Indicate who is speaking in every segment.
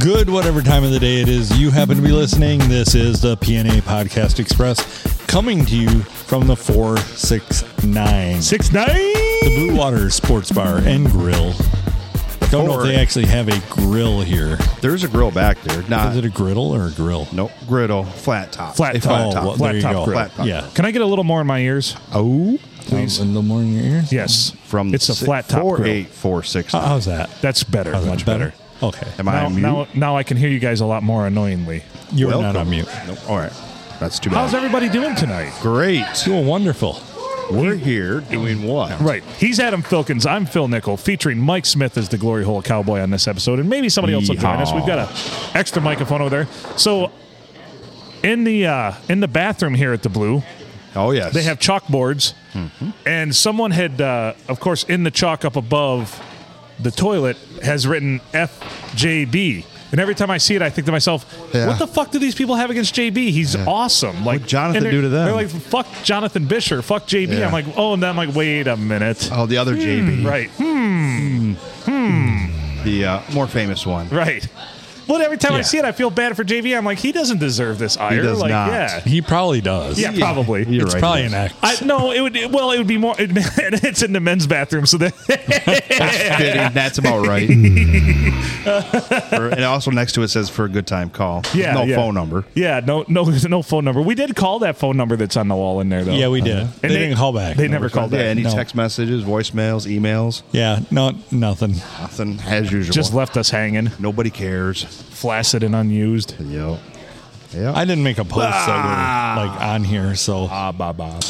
Speaker 1: Good, whatever time of the day it is you happen to be listening. This is the PNA Podcast Express coming to you from the 469
Speaker 2: Six nine.
Speaker 1: Blue Water Sports Bar and Grill. Don't know if
Speaker 3: Four.
Speaker 1: they actually have a grill here.
Speaker 3: There's a grill back there. Not
Speaker 1: Is it a griddle or a grill?
Speaker 3: nope. Griddle, flat top,
Speaker 2: Flat
Speaker 3: A
Speaker 2: top.
Speaker 3: flat
Speaker 1: oh,
Speaker 3: top.
Speaker 1: well,
Speaker 2: Flat
Speaker 1: there you
Speaker 2: top
Speaker 1: go.
Speaker 2: grill.
Speaker 3: Flat top.
Speaker 1: Yeah.
Speaker 2: Can I get a little more in my ears?
Speaker 3: Oh,
Speaker 2: Please.
Speaker 1: Um, in the morning ears?
Speaker 2: Yes.
Speaker 3: from
Speaker 2: it's a
Speaker 3: si-
Speaker 2: flat top
Speaker 3: four
Speaker 2: grill.
Speaker 3: eight four six.
Speaker 1: How- How's that?
Speaker 2: That's better.
Speaker 1: How's that
Speaker 2: much better.
Speaker 1: Okay.
Speaker 3: Am I
Speaker 2: Now,
Speaker 3: on mute?
Speaker 2: now, now I can hear you guys a lot more annoyingly.
Speaker 1: You're
Speaker 3: Welcome.
Speaker 1: not on mute.
Speaker 3: Nope. All right, that's too bad.
Speaker 2: How's everybody doing tonight?
Speaker 3: Great.
Speaker 1: Doing wonderful.
Speaker 3: We're here doing what?
Speaker 2: Right. He's Adam Filkins. I'm Phil Nickel, featuring Mike Smith as the Glory Hole Cowboy on this episode, and maybe somebody else will join us.
Speaker 3: Yeehaw.
Speaker 2: We've got a extra microphone over there. So in the uh, in the bathroom here at the Blue,
Speaker 3: Oh yes.
Speaker 2: they have chalkboards,
Speaker 3: Mm-hmm.
Speaker 2: and someone had, uh, of course, in the chalk up above the toilet has written FJB. And every time I see it, I think to myself,
Speaker 3: Yeah.
Speaker 2: "What the fuck do these people have against JB? He's awesome!" Like
Speaker 3: What'd Jonathan
Speaker 2: and they're-
Speaker 3: do to them?
Speaker 2: They're like, "Fuck Jonathan Bisher, fuck JB."
Speaker 3: Yeah.
Speaker 2: I'm like, "Oh," and then I'm like, "Wait a minute."
Speaker 3: Oh, the other JB,
Speaker 2: Hmm. Right,
Speaker 3: the uh, more famous one.
Speaker 2: right. Well, every time I
Speaker 1: Yeah.
Speaker 2: see it, I feel bad for JB. I'm like, he doesn't deserve this ire.
Speaker 3: does
Speaker 2: like,
Speaker 3: not.
Speaker 2: yeah,
Speaker 1: He probably does.
Speaker 2: yeah, probably.
Speaker 3: You're
Speaker 1: It's
Speaker 3: right,
Speaker 1: probably
Speaker 3: he
Speaker 1: an
Speaker 3: does.
Speaker 1: act.
Speaker 2: I, no, it would. Well, it would be more. it's in the men's bathroom, so that
Speaker 3: Fitting, that's about right. For- and also next to it says for a good time call.
Speaker 2: Yeah,
Speaker 3: No
Speaker 2: yeah.
Speaker 3: phone number.
Speaker 2: Yeah, no, no, no phone number. We did call that phone number that's on the wall in there, though.
Speaker 1: yeah, we did. They,
Speaker 2: Uh-huh. And
Speaker 1: didn't call back.
Speaker 2: They never called
Speaker 3: yeah.
Speaker 2: back.
Speaker 3: Any
Speaker 1: no.
Speaker 3: text messages, voicemails, emails,
Speaker 1: Yeah, no, nothing.
Speaker 3: nothing as usual.
Speaker 2: Just left us hanging,
Speaker 3: Nobody cares.
Speaker 2: flaccid and unused.
Speaker 3: Yep. Yeah.
Speaker 1: I didn't make a post
Speaker 2: Ah.
Speaker 1: that were like on here, so
Speaker 3: Bob, Bob, Bob, Bob.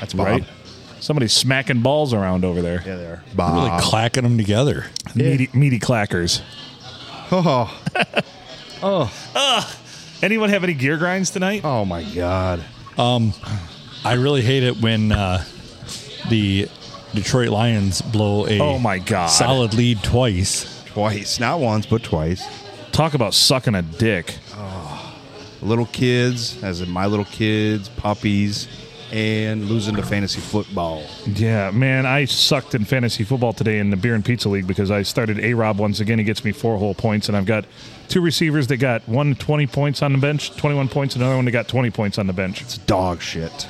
Speaker 3: That's Bob.
Speaker 2: Right? Somebody's smacking balls around over there.
Speaker 3: Yeah, they are.
Speaker 1: really
Speaker 2: Ah.
Speaker 3: Bob.
Speaker 1: clacking them together.
Speaker 2: Meaty, meaty clackers.
Speaker 3: oh,
Speaker 2: Anyone have any gear grinds tonight?
Speaker 3: oh my God.
Speaker 1: I really hate it when uh, the Detroit Lions blow a
Speaker 2: Oh, my God.
Speaker 1: solid lead twice.
Speaker 3: Twice. Not once, but twice.
Speaker 2: Talk about sucking a dick.
Speaker 3: Little kids, as in my little kids, puppies, and losing to fantasy football.
Speaker 2: Yeah, man, I sucked in fantasy football today in the beer and pizza league because I started A Rob once again. He gets me four whole points, and I've got two receivers that got one 20 points on the bench, 21 points, and another one that got 20 points on the bench.
Speaker 3: It's dog shit.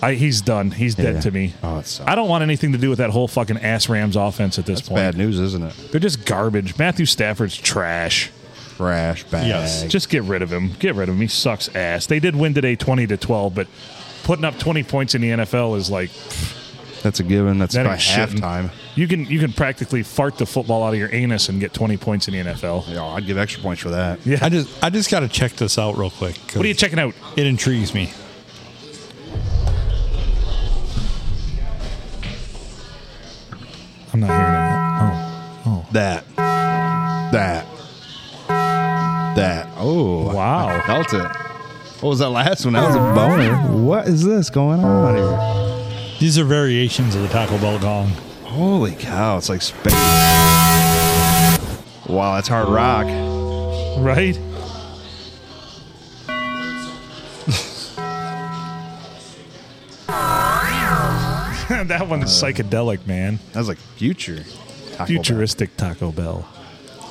Speaker 2: I, he's done. He's dead
Speaker 3: Yeah.
Speaker 2: to me.
Speaker 3: Oh, it sucks.
Speaker 2: I don't want anything to do with that whole fucking ass Rams offense at this
Speaker 3: It's
Speaker 2: point.
Speaker 3: bad news, isn't it?
Speaker 2: They're just garbage. Matthew Stafford's trash.
Speaker 3: Trash bag.
Speaker 1: Yes.
Speaker 2: Just get rid of him. Get rid of him. He sucks ass. They did win today 20 to 12, but putting up 20 points in the NFL is like
Speaker 3: That's a given. That's
Speaker 2: that
Speaker 3: by
Speaker 2: ain't shitting.
Speaker 3: halftime.
Speaker 2: You can you can practically fart the football out of your anus and get 20 points in the NFL.
Speaker 3: Yeah, I'd give extra points for that.
Speaker 1: I just I just got to check this out real quick. 'cause
Speaker 2: What are you checking out?
Speaker 1: it intrigues me.
Speaker 2: I'm not hearing
Speaker 3: That. That. That. Oh.
Speaker 2: it. Wow.
Speaker 3: Felt it. What was that last one? That was a boner. What is this going on here?
Speaker 1: These are variations of the Taco Bell gong.
Speaker 3: Holy cow, it's like space. Wow, that's hard rock.
Speaker 2: Oh. Right? that one is psychedelic, man.
Speaker 3: That's like future. Taco Bell.
Speaker 2: Futuristic Taco Bell.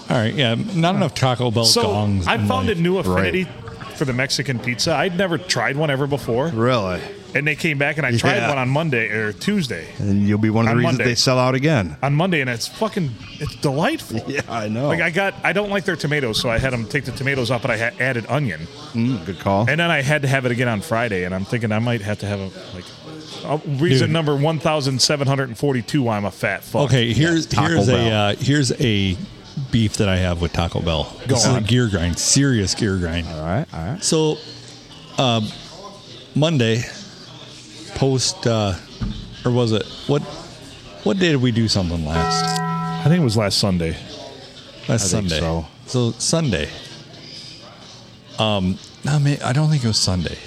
Speaker 1: All right, yeah, not enough Taco Bell
Speaker 2: So
Speaker 1: gongs.
Speaker 2: I
Speaker 1: in
Speaker 2: found
Speaker 1: life.
Speaker 2: a new affinity for the Mexican pizza. I'd never tried one ever before,
Speaker 3: Really?
Speaker 2: and they came back and I tried
Speaker 3: Yeah.
Speaker 2: one on Monday or Tuesday.
Speaker 3: And you'll be one of the
Speaker 2: On
Speaker 3: reasons
Speaker 2: Monday.
Speaker 3: they sell out again.
Speaker 2: On Monday, and it's fucking it's delightful.
Speaker 3: Yeah, I know.
Speaker 2: Like I got, I don't like their tomatoes, so I had them take the tomatoes off, but I had added onion,
Speaker 3: Mm, good call.
Speaker 2: and then I had to have it again on Friday. And I'm thinking I might have to have a like a reason
Speaker 1: Dude.
Speaker 2: number one thousand seven hundred and forty-two why I'm a fat fuck.
Speaker 1: Okay, here's
Speaker 3: Taco
Speaker 1: here's a
Speaker 3: Bell.
Speaker 1: uh, here's a beef that I have with Taco Bell. this is
Speaker 2: on.
Speaker 1: a gear grind, serious gear grind.
Speaker 3: all right, all right.
Speaker 1: So, um, Monday, post, uh, or was it what? What day did we do something last?
Speaker 2: I think it was last Sunday.
Speaker 1: Last
Speaker 3: I think
Speaker 1: Sunday.
Speaker 3: so.
Speaker 1: so Sunday. Um, no, man, I don't think it was Sunday.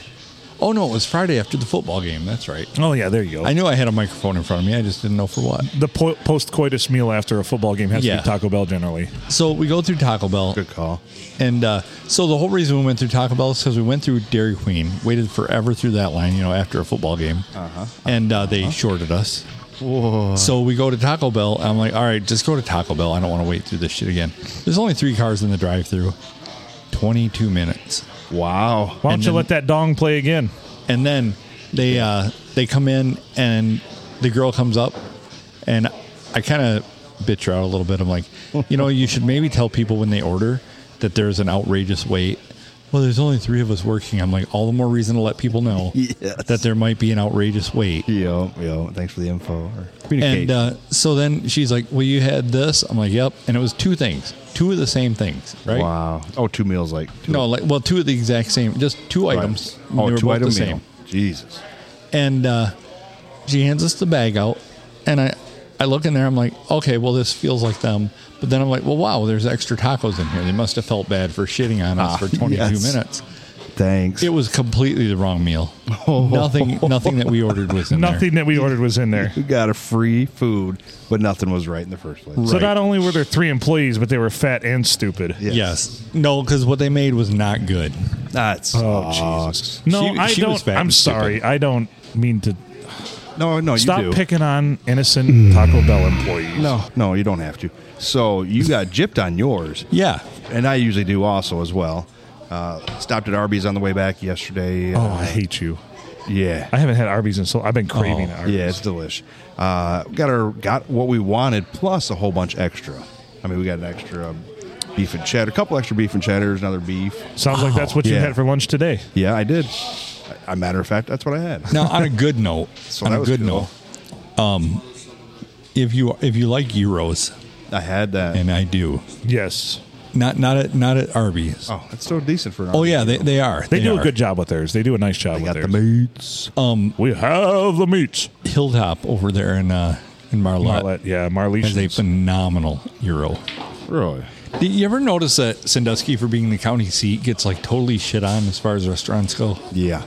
Speaker 1: Oh no, it was Friday after the football game. That's right.
Speaker 2: Oh yeah, there you go.
Speaker 1: I knew I had a microphone in front of me. I just didn't know for what.
Speaker 2: the po- post-coitus meal after a football game has
Speaker 1: Yeah.
Speaker 2: to be Taco Bell generally.
Speaker 1: So we go through Taco Bell.
Speaker 3: Good call.
Speaker 1: And uh, so the whole reason we went through Taco Bell is because we went through Dairy Queen, waited forever through that line, you know, after a football game, uh-huh. and uh, they shorted us. So we go to Taco Bell. I'm like, all right, just go to Taco Bell. I don't want to wait through this shit again. There's only three cars in the drive through 22 minutes.
Speaker 3: Wow.
Speaker 2: Why don't
Speaker 1: And
Speaker 2: you
Speaker 1: then-
Speaker 2: let that dong play again?
Speaker 1: And then they uh, they come in and the girl comes up and I kind of bitch her out a little bit. I'm like, you know, you should maybe tell people when they order that there's an outrageous wait. Well, there's only three of us working. I'm like, all the more reason to let people know
Speaker 3: Yes.
Speaker 1: that there might be an outrageous wait.
Speaker 3: Yo, yo. Thanks for the info.
Speaker 1: And uh, so then she's like, "Well, you had this." I'm like, "Yep," and it was two things, two of the same things, right?
Speaker 3: Wow. Oh, two meals like two
Speaker 1: No, like well, two of the exact same, just two items. and
Speaker 3: Oh,
Speaker 1: they were
Speaker 3: two
Speaker 1: both
Speaker 3: item
Speaker 1: the
Speaker 3: meal.
Speaker 1: same.
Speaker 3: Jesus.
Speaker 1: And uh, she hands us the bag out, and I, I look in there. I'm like, "Okay, well, this feels like them." But then I'm like, "Well, wow, there's extra tacos in here. They must have felt bad for shitting on us
Speaker 3: Ah,
Speaker 1: for 22
Speaker 3: yes.
Speaker 1: minutes."
Speaker 3: Thanks.
Speaker 1: It was completely the wrong meal. Oh. Nothing, nothing that we ordered was in there.
Speaker 2: Nothing that we ordered was in there.
Speaker 3: we got a free food, but nothing was right in the first place.
Speaker 2: So not only were there three employees, but they were fat and stupid.
Speaker 3: Yeah.
Speaker 1: Yes. No, because what they made was not good.
Speaker 3: That's
Speaker 2: Oh,
Speaker 3: Jesus.
Speaker 2: No,
Speaker 1: She-
Speaker 2: I
Speaker 1: she was
Speaker 2: don't.
Speaker 1: fat
Speaker 2: I'm
Speaker 1: and stupid.
Speaker 2: sorry. I don't mean to.
Speaker 3: No, no,
Speaker 2: Stop
Speaker 3: you do.
Speaker 2: picking on innocent Taco Bell employees.
Speaker 3: no, no, you don't have to. So you got gypped on yours.
Speaker 1: Yeah.
Speaker 3: and I usually do also as well. Uh, stopped at Arby's on the way back yesterday.
Speaker 2: Oh,
Speaker 3: Uh,
Speaker 2: I hate you.
Speaker 3: yeah,
Speaker 2: I haven't had Arby's in so. I've been craving
Speaker 1: Oh,
Speaker 2: Arby's.
Speaker 3: yeah, it's delish. Uh, got our got what we wanted plus a whole bunch extra. I mean, we got an extra um, beef and cheddar, a couple extra beef and cheddars, another beef.
Speaker 2: Sounds like that's what you
Speaker 3: Oh, yeah.
Speaker 2: had for lunch today.
Speaker 3: Yeah, I did. A matter of fact, that's what I had.
Speaker 1: Now, on a good note,
Speaker 3: So
Speaker 1: on
Speaker 3: that
Speaker 1: a
Speaker 3: was
Speaker 1: good
Speaker 3: cool.
Speaker 1: note, um, if you if you like euros,
Speaker 3: I had that.
Speaker 1: and I do,
Speaker 2: Yes,
Speaker 1: not not at not at Arby's.
Speaker 3: oh, that's still decent for. An
Speaker 1: Oh
Speaker 3: Arby's,
Speaker 1: yeah,
Speaker 3: you
Speaker 1: they,
Speaker 3: know.
Speaker 1: they are.
Speaker 2: they, do
Speaker 1: are. Um,
Speaker 2: a good job with theirs. They do a nice job
Speaker 3: They
Speaker 2: with
Speaker 3: got the
Speaker 2: theirs.
Speaker 3: meats.
Speaker 2: we have the meats.
Speaker 1: Hilltop over there in uh, in Marlette,
Speaker 2: Marlette, yeah, Marley.
Speaker 1: has a phenomenal euro.
Speaker 3: Really?
Speaker 1: Did you ever notice that Sandusky, for being the county seat, gets like totally shit on as far as restaurants go?
Speaker 3: Yeah.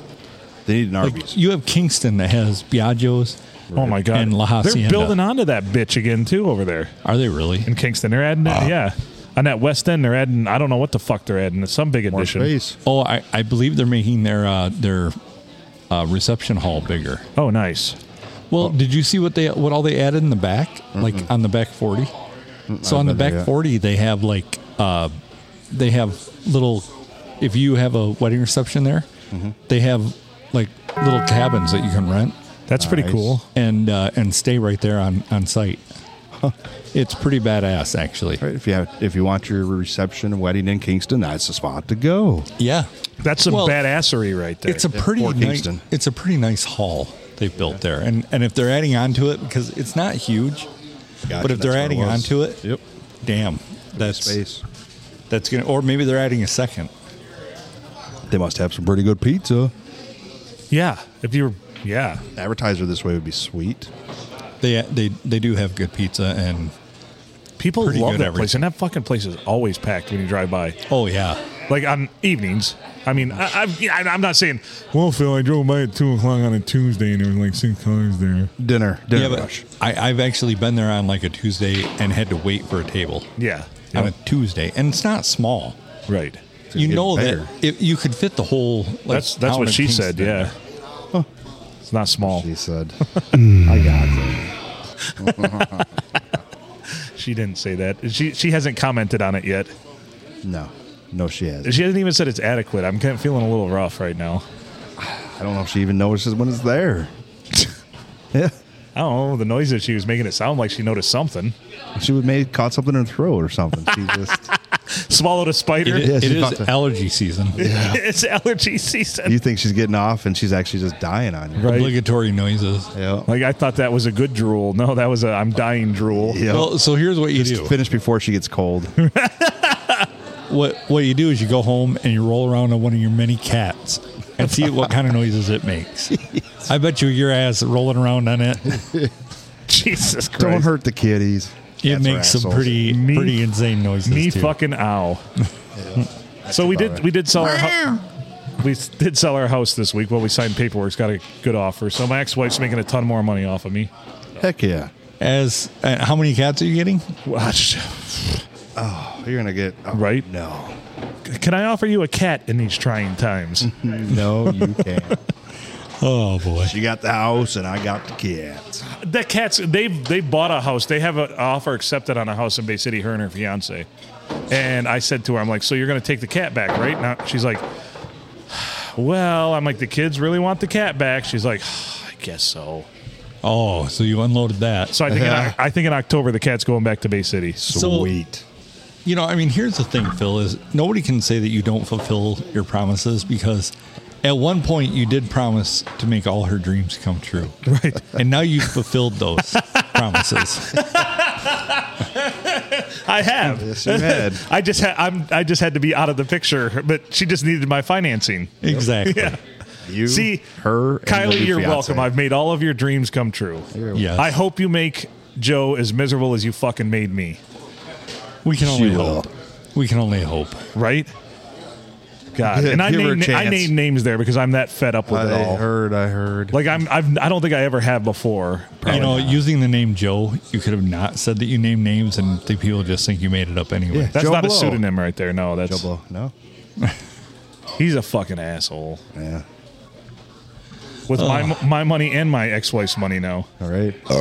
Speaker 3: They need an Arby's.
Speaker 1: Like you have Kingston that has Biaggios.
Speaker 2: Oh my god!
Speaker 1: And La
Speaker 2: They're
Speaker 1: Hacienda.
Speaker 2: building onto that bitch again too over there
Speaker 1: Are they really?
Speaker 2: in Kingston. They're adding,
Speaker 3: Ah.
Speaker 2: yeah, on that West End. They're adding. I don't know what the fuck they're adding. It's some big
Speaker 3: More
Speaker 2: addition.
Speaker 3: space.
Speaker 1: Oh, I, I believe they're making their uh, their uh, reception hall bigger.
Speaker 2: Oh, nice.
Speaker 1: Well,
Speaker 3: Oh.
Speaker 1: did you see what they what all they added in the back? Like on the back 40 So on the
Speaker 3: haven't been
Speaker 1: back
Speaker 3: there yet.
Speaker 1: forty, they have like uh, they have little. If you have a wedding reception there,
Speaker 3: Mm-hmm.
Speaker 1: they have like little cabins that you can rent
Speaker 2: That's pretty
Speaker 3: Nice.
Speaker 2: cool.
Speaker 1: and uh, and stay right there on on site. It's pretty badass, actually.
Speaker 3: Right, if you have, if you want your reception and wedding in Kingston, that's the spot to go.
Speaker 1: Yeah,
Speaker 2: That's some
Speaker 1: Well,
Speaker 2: badassery right there.
Speaker 1: it's a pretty
Speaker 3: Fort
Speaker 1: nice,
Speaker 3: Kingston.
Speaker 1: it's a pretty nice hall they've built there, and and if they're adding on to it because it's not huge, but
Speaker 3: Gotcha,
Speaker 1: if they're
Speaker 3: that's what it
Speaker 1: adding
Speaker 3: was.
Speaker 1: on to it,
Speaker 3: Yep.
Speaker 1: damn, that's
Speaker 3: Space.
Speaker 1: That's gonna, or maybe they're adding a second.
Speaker 3: They must have some pretty good pizza.
Speaker 2: yeah. If you're yeah,
Speaker 3: Advertiser this way would be sweet.
Speaker 1: They they they do have good pizza and
Speaker 2: people
Speaker 1: Pretty
Speaker 2: love
Speaker 1: good
Speaker 2: that
Speaker 1: average.
Speaker 2: place, and that fucking place is always packed when you drive by.
Speaker 1: oh yeah,
Speaker 2: like on evenings. I mean, I, I'm, yeah, I'm not saying. Well, Phil, I drove by at two o'clock on a Tuesday, and there were like six cars there.
Speaker 3: Dinner, dinner
Speaker 1: yeah.
Speaker 3: rush.
Speaker 1: But I I've actually been there on like a Tuesday and had to wait for a table
Speaker 2: Yeah,
Speaker 1: on a Tuesday, and it's not small.
Speaker 2: right.
Speaker 1: You
Speaker 3: getting
Speaker 1: know
Speaker 3: bigger.
Speaker 1: that if you could fit the whole. Like,
Speaker 2: That's that's
Speaker 1: town
Speaker 2: what
Speaker 1: of
Speaker 2: she
Speaker 1: Kingston.
Speaker 2: said. Yeah, it's not small.
Speaker 3: She said, "I got
Speaker 2: She didn't say that. She she hasn't commented on it yet.
Speaker 3: it." No, no, she has.
Speaker 2: She hasn't even said it's adequate. I'm kind of feeling a little rough right now.
Speaker 3: I don't know if she even notices when it's there. yeah,
Speaker 2: I don't know. The noise that she was making it sound like she noticed something.
Speaker 3: she would made caught something in her throat or something. She just.
Speaker 2: Swallowed a spider.
Speaker 1: It,
Speaker 3: Yeah,
Speaker 1: it
Speaker 3: she's
Speaker 1: is
Speaker 3: about to-
Speaker 1: allergy season.
Speaker 2: it's allergy season.
Speaker 3: you think she's getting off, and she's actually just dying on you.
Speaker 2: Right.
Speaker 1: Obligatory noises.
Speaker 3: Yeah.
Speaker 2: Like I thought that was a good drool. No, that was a I'm dying drool.
Speaker 3: Yeah.
Speaker 1: Well, so here's what you do.
Speaker 3: Finish before she gets cold.
Speaker 1: What what you do is you go home and you roll around on one of your many cats and see what kind of noises it makes. I bet you your ass rolling around on it
Speaker 2: Jesus Christ.
Speaker 3: Don't hurt the kitties.
Speaker 1: It
Speaker 3: Cats are
Speaker 1: makes some
Speaker 3: assholes.
Speaker 1: pretty
Speaker 2: Me-
Speaker 1: pretty insane noises.
Speaker 2: Me
Speaker 1: too.
Speaker 2: fucking ow. so we did we did sell our hou- we s- did sell our house this week. Well, we signed paperwork. It's got a good offer. So my ex-wife's making a ton more money off of me.
Speaker 3: Heck yeah.
Speaker 1: As uh, how many cats are you getting?
Speaker 2: Watch.
Speaker 3: You're gonna get oh,
Speaker 2: Right?
Speaker 3: No,
Speaker 2: Can I offer you a cat in these trying times?
Speaker 3: no, you can't.
Speaker 1: Oh boy.
Speaker 3: She got the house, and I got the kids.
Speaker 2: The cats they've they bought a house. They have an offer accepted on a house in Bay City, her and her fiance. And I said to her, I'm like, so you're gonna take the cat back, right? Now she's like, Well, I'm like, the kids really want the cat back. She's like, I guess so.
Speaker 1: Oh, so you unloaded that.
Speaker 2: So I think in, Oc- I think in October the cat's going back to Bay City.
Speaker 1: So-
Speaker 3: Sweet.
Speaker 1: You know, I mean, here's the thing, Phil, is nobody can say that you don't fulfill your promises because at one point you did promise to make all her dreams come true. Right. And now you've fulfilled those promises.
Speaker 2: I have.
Speaker 3: Yes, you had.
Speaker 2: I just had I'm I just had to be out of the picture, but she just needed my financing.
Speaker 1: Exactly.
Speaker 2: Yeah.
Speaker 3: You,
Speaker 2: See,
Speaker 3: her, and the
Speaker 2: Kylie,
Speaker 3: new
Speaker 2: you're
Speaker 3: fiancé.
Speaker 2: welcome. I've made all of your dreams come true.
Speaker 1: Yes.
Speaker 2: I hope you make Joe as miserable as you fucking made me.
Speaker 1: We can
Speaker 3: She
Speaker 1: only
Speaker 3: will.
Speaker 1: hope. We can only hope.
Speaker 2: Right? God,
Speaker 3: Give-
Speaker 2: and I
Speaker 3: give her a
Speaker 2: named, I
Speaker 3: chance.
Speaker 2: named names there because I'm that fed up with
Speaker 3: I
Speaker 2: it all.
Speaker 3: heard. I heard.
Speaker 2: Like I'm, I've, I don't think I ever have before.
Speaker 1: you know, using the name Joe, you could have not said that you named names and the people just think you made it up anyway.
Speaker 3: Yeah.
Speaker 2: That's
Speaker 3: Joe
Speaker 2: not a
Speaker 3: Blow.
Speaker 2: pseudonym right there. No, that's
Speaker 3: Double- No.
Speaker 2: he's a fucking asshole
Speaker 3: Yeah.
Speaker 2: with my my my money and my ex-wife's money now.
Speaker 3: All right.
Speaker 2: Uh,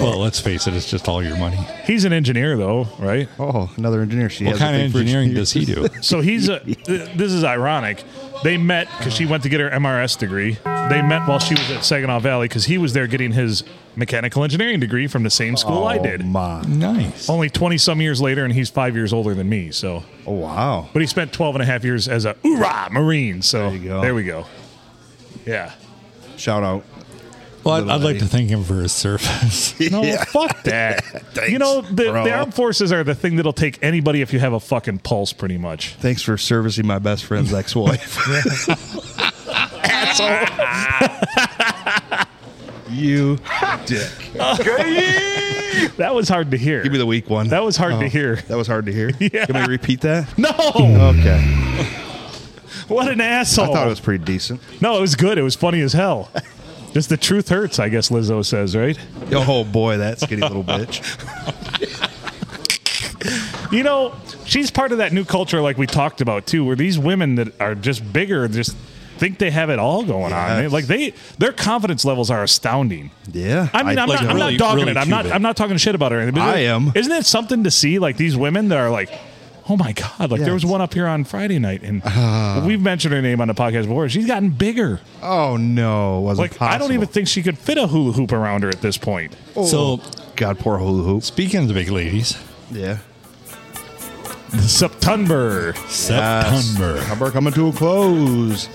Speaker 1: Well, let's face it, it's just all your money.
Speaker 2: He's an engineer though, right?
Speaker 3: Oh, another engineer. She
Speaker 1: What
Speaker 3: has a
Speaker 1: kind of
Speaker 3: thing for
Speaker 1: engineering does he
Speaker 3: engineers.
Speaker 1: do?
Speaker 2: So he's a. th- this is ironic. They met because she went to get her MRS degree. They met while she was at Saginaw Valley because he was there getting his mechanical engineering degree from the same school I
Speaker 3: Oh,
Speaker 2: did.
Speaker 3: my.
Speaker 1: Nice.
Speaker 2: Only 20 some years later, and he's five years older than me. So,
Speaker 3: Oh, wow.
Speaker 2: but he spent 12 and a half years as a hoorah Marine. So,
Speaker 3: There you go.
Speaker 2: we go. Yeah.
Speaker 3: Shout out.
Speaker 1: Well, I'd, I'd like to thank him for his service.
Speaker 2: No, fuck that. you know, the,
Speaker 3: bro.
Speaker 2: the armed forces are the thing that'll take anybody if you have a fucking pulse, pretty much.
Speaker 3: Thanks for servicing my best friend's ex-wife. Asshole. you dick.
Speaker 2: That was hard to hear.
Speaker 3: Give me the Oh. weak one.
Speaker 2: That was hard to hear.
Speaker 3: That was hard to hear. Can we repeat that?
Speaker 2: no!
Speaker 3: Okay.
Speaker 2: What an asshole.
Speaker 3: I thought it was pretty decent.
Speaker 2: No, it was good. It was funny as hell. Just the truth hurts, I guess Lizzo says, right?
Speaker 3: Oh boy, that skinny little bitch.
Speaker 2: You know, she's part of that new culture, like we talked about too, where these women that are just bigger just think they have it all going on. They-
Speaker 3: Yes.
Speaker 2: Like they, their confidence levels are astounding.
Speaker 3: Yeah.
Speaker 2: I mean, I, am
Speaker 1: like
Speaker 2: not, I'm
Speaker 1: really-
Speaker 2: not dogging
Speaker 1: really
Speaker 2: it. I'm not,
Speaker 1: cute.
Speaker 2: I'm not talking shit about her. or anything, but
Speaker 3: I
Speaker 2: it-
Speaker 3: am.
Speaker 2: Isn't it something to see? Like these women that are like, oh my god! Like there was
Speaker 3: Yes. Ah.
Speaker 2: one up here on Friday night, and we've mentioned her name on the podcast before. She's gotten bigger.
Speaker 3: Oh no, it wasn't
Speaker 2: Like I don't
Speaker 3: possible.
Speaker 2: even think she could fit a hula hoop around her at this point.
Speaker 3: Oh.
Speaker 1: So,
Speaker 3: God, poor hula hoops.
Speaker 1: speaking of the big ladies,
Speaker 3: Yeah.
Speaker 2: September.
Speaker 1: September.
Speaker 3: Number Uh, coming to a close.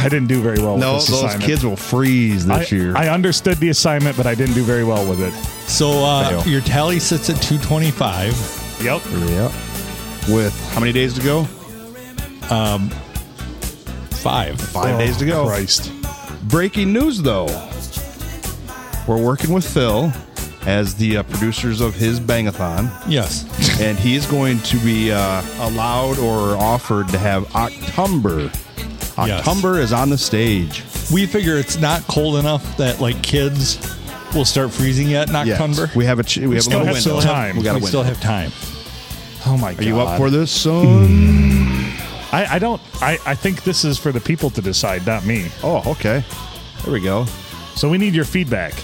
Speaker 2: I didn't do very well.
Speaker 3: No,
Speaker 2: with this
Speaker 3: those
Speaker 2: assignment.
Speaker 3: kids will freeze
Speaker 2: I,
Speaker 3: this year.
Speaker 2: I understood the assignment, but I didn't do very well with it.
Speaker 1: So uh,
Speaker 2: Fail.
Speaker 1: your tally sits at 225.
Speaker 2: Yep.
Speaker 3: yeah. With how many days to go?
Speaker 1: Five.
Speaker 3: Five days to go.
Speaker 2: Oh, Christ.
Speaker 3: Breaking news, though. We're working with Phil as the uh, producers of his Bangathon,
Speaker 1: Yes.
Speaker 3: and he is going to be uh, allowed or offered to have October.
Speaker 1: Yes.
Speaker 3: October is on the stage.
Speaker 1: We figure it's not cold enough that like kids will start freezing yet in
Speaker 3: Yes.
Speaker 1: October.
Speaker 3: We have a ch- we, have a
Speaker 2: still
Speaker 3: little
Speaker 2: have some
Speaker 3: window.
Speaker 2: time.
Speaker 3: We got a
Speaker 1: We
Speaker 3: window.
Speaker 1: still have time.
Speaker 2: Oh my god.
Speaker 3: Are you up for this, son?
Speaker 2: I, I don't. I, I think this is for the people to decide, not me.
Speaker 3: oh, okay. There we go.
Speaker 2: So we need your feedback.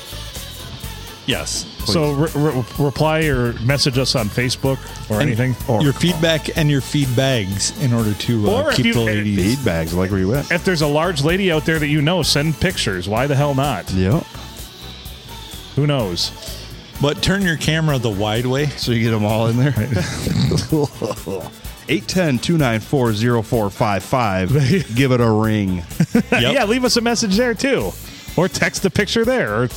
Speaker 1: Yes.
Speaker 2: So re- re- reply or message us on Facebook or anything. Or
Speaker 1: your feedback and your feedbags in order to uh,
Speaker 2: Or if
Speaker 1: keep
Speaker 2: you-
Speaker 1: the ladies.
Speaker 3: Feed bags, like where you at?
Speaker 2: if there's a large lady out there that you know, send pictures. Why the hell not?
Speaker 3: Yep.
Speaker 2: Who knows?
Speaker 1: But turn your camera the wide way.
Speaker 3: So you get them all in there. 810-294-0455. Give it a ring.
Speaker 1: Yep.
Speaker 2: Yeah, leave us a message there too, or text a picture there, or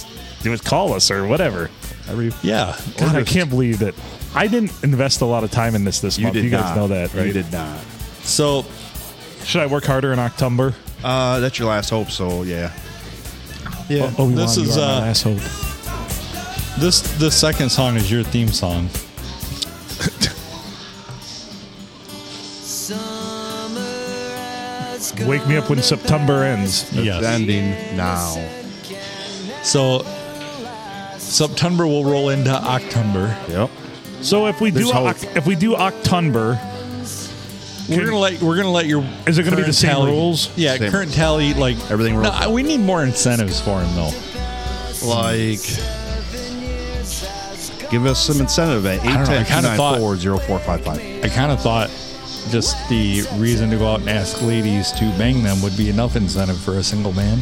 Speaker 2: do it call us or whatever.
Speaker 3: Every
Speaker 1: Yeah.
Speaker 2: God, I
Speaker 3: August.
Speaker 2: can't believe that I didn't invest a lot of time in this this month. You guys know that, right?
Speaker 3: You did not.
Speaker 1: So
Speaker 2: Should I work harder in October?
Speaker 3: Uh, that's your last hope, so yeah. Yeah.
Speaker 2: Oh,
Speaker 1: This is, uh,
Speaker 2: asshole.
Speaker 1: this the second song is your theme song.
Speaker 2: Wake me up when September ends.
Speaker 1: Yes.
Speaker 3: It's ending now.
Speaker 1: So September will roll into October.
Speaker 3: Yep.
Speaker 2: So if we do
Speaker 3: There's
Speaker 2: Oc-
Speaker 3: hope.
Speaker 2: if we do October,
Speaker 1: We're gonna let we're gonna let your
Speaker 2: Is it gonna be the
Speaker 1: current
Speaker 2: same
Speaker 1: tally-
Speaker 2: rules?
Speaker 1: Yeah,
Speaker 3: Same.
Speaker 1: current tally like
Speaker 3: Everything
Speaker 1: No,
Speaker 3: rules.
Speaker 1: I- we need more incentives for him though.
Speaker 3: Like, give us some incentive at
Speaker 1: don't know, I
Speaker 3: 810
Speaker 1: kinda thought-
Speaker 3: 294 0455.
Speaker 1: I kind of thought just the reason to go out and ask ladies to bang them would be enough incentive for a single man.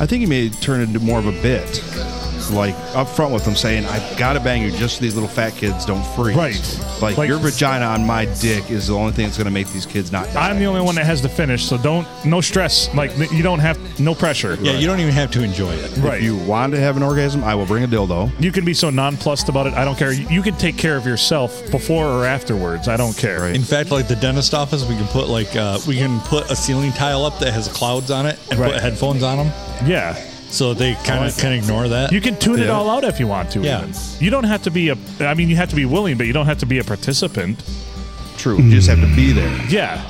Speaker 3: I think he may turn into more of a bit. Like, up front with him saying, I've got to bang you just so these little fat kids don't freeze.
Speaker 2: Right.
Speaker 3: Like,
Speaker 2: Like-
Speaker 3: your vagina on my dick is the only thing that's going to make these kids not die.
Speaker 2: I'm the only one that has the finish, so don't no stress. Like you don't have no pressure.
Speaker 1: Yeah, you don't even have to enjoy it.
Speaker 2: right.
Speaker 3: If you want to have an orgasm, I will bring a dildo.
Speaker 2: you can be so nonplussed about it. I don't care. You you can take care of yourself before or afterwards. I don't care.
Speaker 3: Right.
Speaker 1: In fact, like the dentist office, we can put like uh, we can put a ceiling tile up that has clouds on it and
Speaker 2: Right.
Speaker 1: put headphones on them
Speaker 2: Yeah.
Speaker 1: so that they kind of can ignore that.
Speaker 2: You can tune it
Speaker 3: Yeah.
Speaker 2: all out if you want to.
Speaker 1: Yeah.
Speaker 2: Even. You don't have to be a. I mean, you have to be willing, but you don't have to be a participant.
Speaker 3: True. You just have to be there.
Speaker 2: Yeah.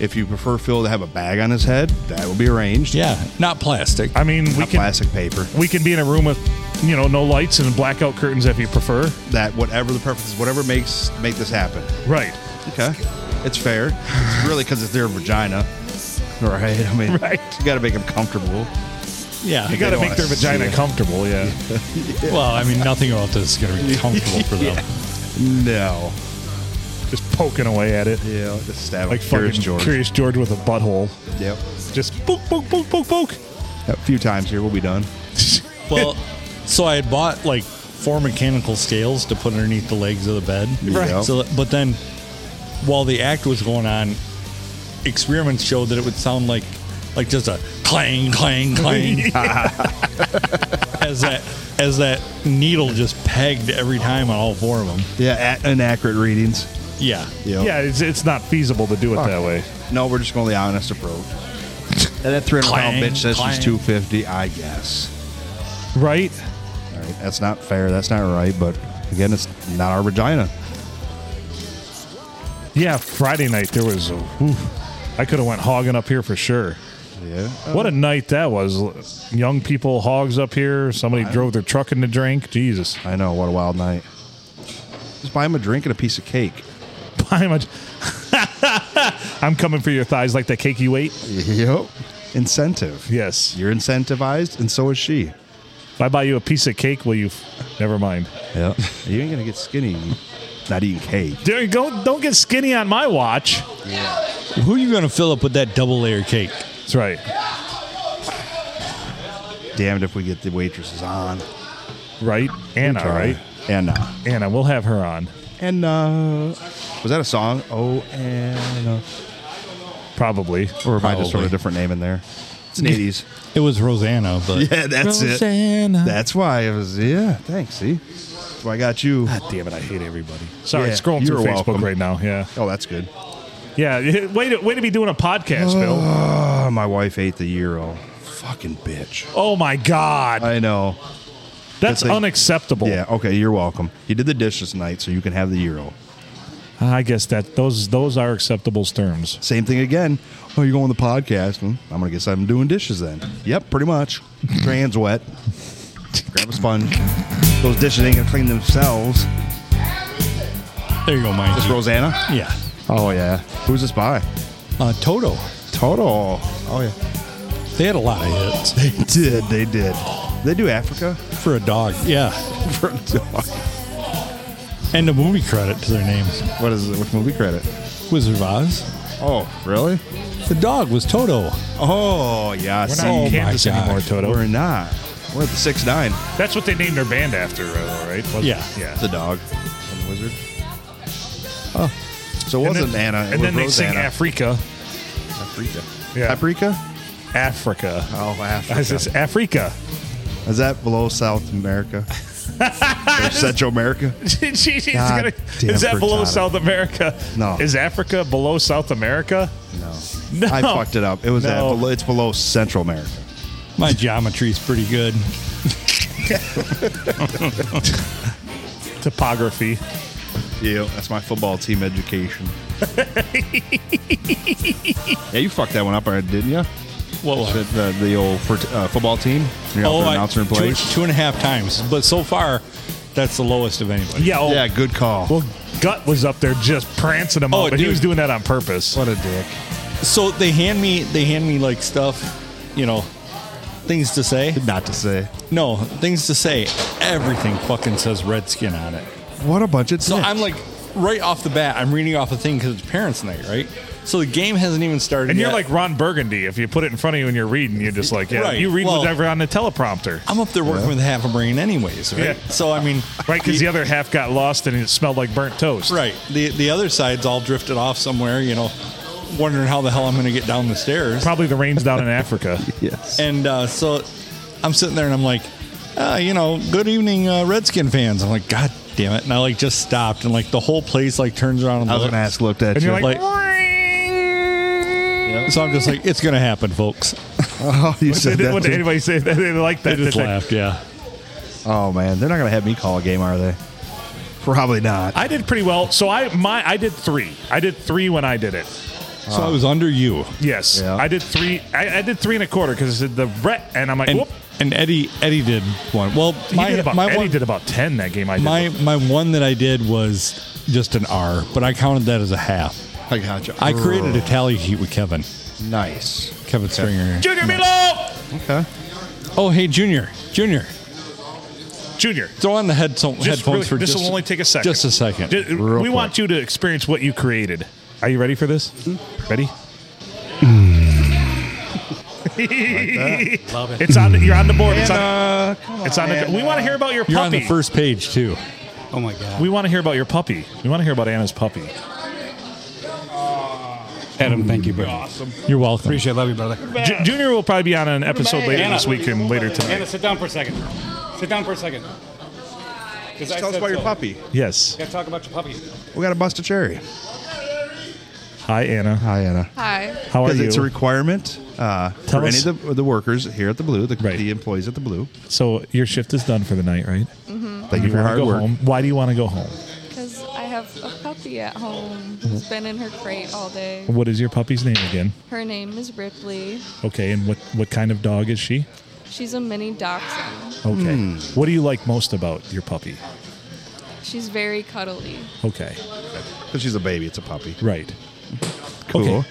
Speaker 3: If you prefer Phil to have a bag on his head, that will be arranged.
Speaker 1: yeah, not plastic.
Speaker 2: I mean, we
Speaker 3: Not
Speaker 2: can
Speaker 3: plastic paper.
Speaker 2: we can be in a room with, you know, no lights and blackout curtains if you prefer.
Speaker 3: That whatever the preference is, whatever makes make this happen.
Speaker 2: Right.
Speaker 3: Okay, it's fair. It's really because it's their vagina, right? I mean,
Speaker 2: Right.
Speaker 3: you got to make them comfortable.
Speaker 1: yeah,
Speaker 2: You got to
Speaker 3: don't
Speaker 2: make
Speaker 3: wanna
Speaker 2: their vagina
Speaker 3: see it.
Speaker 2: comfortable. Yeah.
Speaker 1: well, I mean, nothing about this is going to be comfortable for them.
Speaker 3: No,
Speaker 2: Just poking away at it.
Speaker 3: yeah, just stab 'em.
Speaker 2: Like
Speaker 3: Curious
Speaker 2: fucking
Speaker 3: George.
Speaker 2: Curious George with a butthole.
Speaker 3: Yep.
Speaker 2: Just poke, poke, poke, poke, poke.
Speaker 3: A few times here, we'll be done.
Speaker 1: Well, so I had bought like four mechanical scales to put underneath the legs of the bed.
Speaker 3: Right.
Speaker 1: So, that- but then while the act was going on, experiments showed that it would sound like like just a clang, clang, clang as that as that needle just pegged every time on all four of them.
Speaker 3: Yeah, a- inaccurate readings.
Speaker 1: Yeah.
Speaker 3: Yep.
Speaker 2: Yeah, it's, it's not feasible to do it that way.
Speaker 3: No, we're just going the honest approach. And that 300 pound
Speaker 1: Clang,
Speaker 3: bitch says
Speaker 1: clang.
Speaker 3: she's 250, I guess.
Speaker 2: Right?
Speaker 3: All right, that's not fair. That's not right. But again, it's not our vagina.
Speaker 2: Yeah, Friday night there was. A, oof, I could have went hogging up here for sure.
Speaker 3: Yeah.
Speaker 2: What a night that was! Young people, hogs up here. Somebody drove their truck in to drink. Jesus,
Speaker 3: I know. What a wild night. Just buy him a drink and a piece of cake.
Speaker 2: By much. I'm coming for your thighs like the cake you ate.
Speaker 3: Yep. Incentive.
Speaker 2: Yes.
Speaker 3: You're incentivized, and so is she.
Speaker 2: If I buy you a piece of cake, will you? F- Never mind.
Speaker 3: Yeah. you ain't gonna get skinny. Not eating cake.
Speaker 2: There you go. Don't get skinny on my watch.
Speaker 1: Who are you gonna fill up with that double layer cake?
Speaker 2: That's right.
Speaker 3: Damned if we get the waitresses on.
Speaker 2: Right, Anna. Right,
Speaker 3: Anna.
Speaker 2: Anna. We'll have her on.
Speaker 3: Anna. uh, Was that a song? Oh, Anna.
Speaker 2: Probably.
Speaker 3: Or am I just sort
Speaker 1: Probably.
Speaker 3: of a different name in there? It's an 80s.
Speaker 1: It was Rosanna, but
Speaker 3: yeah, that's
Speaker 2: Rosanna.
Speaker 3: That's why it was. Yeah. Thanks. See. That's why I got you.
Speaker 2: God damn it! I hate everybody. Sorry,
Speaker 3: Yeah,
Speaker 2: scrolling through
Speaker 3: you're
Speaker 2: Facebook
Speaker 3: welcome.
Speaker 2: right now. Yeah.
Speaker 3: Oh, that's good.
Speaker 2: Yeah, way to, way to be doing a podcast, Bill.
Speaker 3: Oh, my wife ate the euro. Fucking bitch.
Speaker 2: Oh my God,
Speaker 3: I know.
Speaker 2: that's
Speaker 3: good thing-
Speaker 2: unacceptable.
Speaker 3: Yeah. Okay. You're welcome. You did the dishes tonight, so you can have the euro.
Speaker 2: I guess that those those are acceptable terms.
Speaker 3: Same thing again. Oh, you're going on the podcast. Hmm, I'm gonna guess I'm doing dishes then. Yep. Pretty much. Your hands wet. Grab a sponge. Those dishes ain't gonna clean themselves.
Speaker 1: there you go, Mike.
Speaker 3: This Rosanna.
Speaker 1: Yeah.
Speaker 3: Oh yeah. Who's this by?
Speaker 1: Uh, Toto.
Speaker 3: Toto. Oh yeah.
Speaker 1: They had a lot of hits
Speaker 3: They did. They did. They do Africa
Speaker 1: for a dog. Yeah.
Speaker 3: for a dog.
Speaker 1: And a movie credit to their name.
Speaker 3: What is it? Which movie credit?
Speaker 1: Wizard of Oz.
Speaker 3: Oh, really?
Speaker 1: The dog was Toto.
Speaker 3: Oh yeah.
Speaker 2: We're
Speaker 3: see.
Speaker 2: not in
Speaker 1: my
Speaker 2: Kansas
Speaker 1: gosh.
Speaker 2: anymore, Toto.
Speaker 3: We're not. We're at the six nine.
Speaker 2: That's what they named their band after, though, right? Wasn't-
Speaker 1: Yeah.
Speaker 2: yeah.
Speaker 3: The dog and the wizard. Oh, so
Speaker 2: And
Speaker 3: it wasn't
Speaker 2: then-
Speaker 3: Anna. It
Speaker 2: and
Speaker 3: was
Speaker 2: then they
Speaker 3: Rosanna.
Speaker 2: sing Africa,
Speaker 3: Paprika.
Speaker 2: Yeah.
Speaker 3: Paprika?
Speaker 2: Africa.
Speaker 3: Oh, Africa.
Speaker 2: Is this Africa?
Speaker 3: Is that below South America? or Central America?
Speaker 2: She's
Speaker 3: God
Speaker 2: gonna-
Speaker 3: damn
Speaker 2: is that below
Speaker 3: frittata.
Speaker 2: South America?
Speaker 3: No.
Speaker 2: Is Africa below South America?
Speaker 3: No.
Speaker 2: No.
Speaker 3: I fucked it up. It was at
Speaker 2: No.
Speaker 3: below, it's below Central America.
Speaker 1: My geometry's pretty good.
Speaker 2: Topography.
Speaker 3: Yeah, that's my football team education. yeah, you fucked that one up, already, didn't you?
Speaker 1: What
Speaker 3: The, the, the old for, uh, football team. You're out there announcer and
Speaker 1: Oh, two,
Speaker 3: play.
Speaker 1: two and a half times. But so far, that's the lowest of anybody.
Speaker 2: Yeah. Oh,
Speaker 3: Yeah, good call.
Speaker 2: Well, gut was up there just prancing him
Speaker 1: Oh,
Speaker 2: up, and he
Speaker 1: dude.
Speaker 2: was doing that on purpose.
Speaker 3: What a dick.
Speaker 1: So they hand me they hand me like stuff, you know, things to say.
Speaker 3: Not to say.
Speaker 1: No, things to say. Everything fucking says redskin on it.
Speaker 3: What a bunch of
Speaker 1: So
Speaker 3: dicks.
Speaker 1: I'm like right off the bat, I'm reading off a thing because it's parents' night, right? So the game hasn't even started.
Speaker 2: And you're
Speaker 1: yet.
Speaker 2: like Ron Burgundy. If you put it in front of you and you're reading, you're just like, yeah,
Speaker 1: Right.
Speaker 2: you read
Speaker 1: Well-
Speaker 2: whatever on the teleprompter.
Speaker 1: I'm up there working with half a brain, anyways, right?
Speaker 2: Yeah.
Speaker 1: So I mean,
Speaker 2: Right, because the other half got lost and it smelled like burnt toast.
Speaker 1: Right. The the other side's all drifted off somewhere, you know, wondering how the hell I'm going to get down the stairs.
Speaker 2: Probably the rains down in Africa.
Speaker 3: yes.
Speaker 1: And uh, so I'm sitting there and I'm like, uh, you know, good evening, uh, Redskin fans. I'm like, God damn it! And I like just stopped and like the whole place like turns around and
Speaker 3: I was
Speaker 1: looks.
Speaker 3: gonna ask looked at
Speaker 2: And
Speaker 3: you.
Speaker 2: you're like,
Speaker 1: Like- So I'm just like, it's going to happen, folks.
Speaker 3: oh, you
Speaker 2: they
Speaker 3: said
Speaker 2: didn't
Speaker 3: that.
Speaker 2: want
Speaker 3: too.
Speaker 2: anybody say that. They like that.
Speaker 1: I just
Speaker 2: did they?
Speaker 1: laughed. Yeah.
Speaker 3: Oh man, they're not gonna have me call a game, are they? Probably not.
Speaker 2: I did pretty well. So I my I did three. I did three when I did it.
Speaker 1: So I was under you,
Speaker 2: Yes,
Speaker 3: Yeah.
Speaker 2: I did three. I, I did three and a quarter because I said the ret, and I'm like,
Speaker 1: and
Speaker 2: whoop.
Speaker 1: and Eddie Eddie did one. Well,
Speaker 2: He
Speaker 1: my
Speaker 2: did about,
Speaker 1: my
Speaker 2: Eddie
Speaker 1: one
Speaker 2: did about ten that game. I did.
Speaker 1: my my one that I did was just an R, but I counted that as a half.
Speaker 3: I got you.
Speaker 1: I created a tally sheet with Kevin.
Speaker 3: nice.
Speaker 1: Kevin Springer.
Speaker 2: Junior Meatloaf,
Speaker 3: Okay.
Speaker 1: Oh, hey, Junior. Junior,
Speaker 2: Junior.
Speaker 1: throw on the head headphones
Speaker 2: really-
Speaker 1: for
Speaker 2: this
Speaker 1: just
Speaker 2: will only take a second.
Speaker 1: Just a second.
Speaker 2: Ju- we
Speaker 3: Real quick.
Speaker 2: want you to experience what you created. Are you ready for this? Ready? It's on. The, you're on the board. It's on.
Speaker 3: Uh,
Speaker 2: It's on. The, we want to hear about your puppy.
Speaker 1: You're on the first page too.
Speaker 4: Oh my god.
Speaker 2: We want to hear about your puppy. We want to hear about Anna's puppy.
Speaker 4: Adam, thank you, brother.
Speaker 1: You're welcome.
Speaker 4: Appreciate it. Love you, brother.
Speaker 2: Ju- Junior will probably be on an episode later
Speaker 4: Anna.
Speaker 2: this week and later tonight.
Speaker 4: Anna, sit down for a second. Sit down for a second. Tell
Speaker 3: Tell us about your puppy.
Speaker 2: Yes.
Speaker 4: Gotta talk about your puppy.
Speaker 3: We got to bust a cherry.
Speaker 2: Hi, Anna.
Speaker 3: Hi, Anna.
Speaker 5: Hi.
Speaker 2: How are
Speaker 3: Because
Speaker 2: you?
Speaker 3: it's a requirement uh,
Speaker 2: Tell
Speaker 3: for
Speaker 2: us-
Speaker 3: any of the, the workers here at the Blue, the,
Speaker 2: Right.
Speaker 3: the employees at the Blue.
Speaker 2: so your shift is done for the night, right?
Speaker 3: Thank you for your
Speaker 2: wanna
Speaker 3: hard
Speaker 2: go
Speaker 3: work.
Speaker 2: home. Why do you want to go home?
Speaker 5: Because I have a puppy at home who's been in her crate all day.
Speaker 2: What is your puppy's name again?
Speaker 5: Her name is Ripley.
Speaker 2: Okay, and what what kind of dog is she?
Speaker 5: She's a mini dachshund.
Speaker 2: Okay.
Speaker 3: Hmm.
Speaker 2: What do you like most about your puppy?
Speaker 5: She's very cuddly.
Speaker 2: Okay.
Speaker 3: Because she's a baby, it's a puppy.
Speaker 2: Right.
Speaker 3: Cool.
Speaker 2: Okay.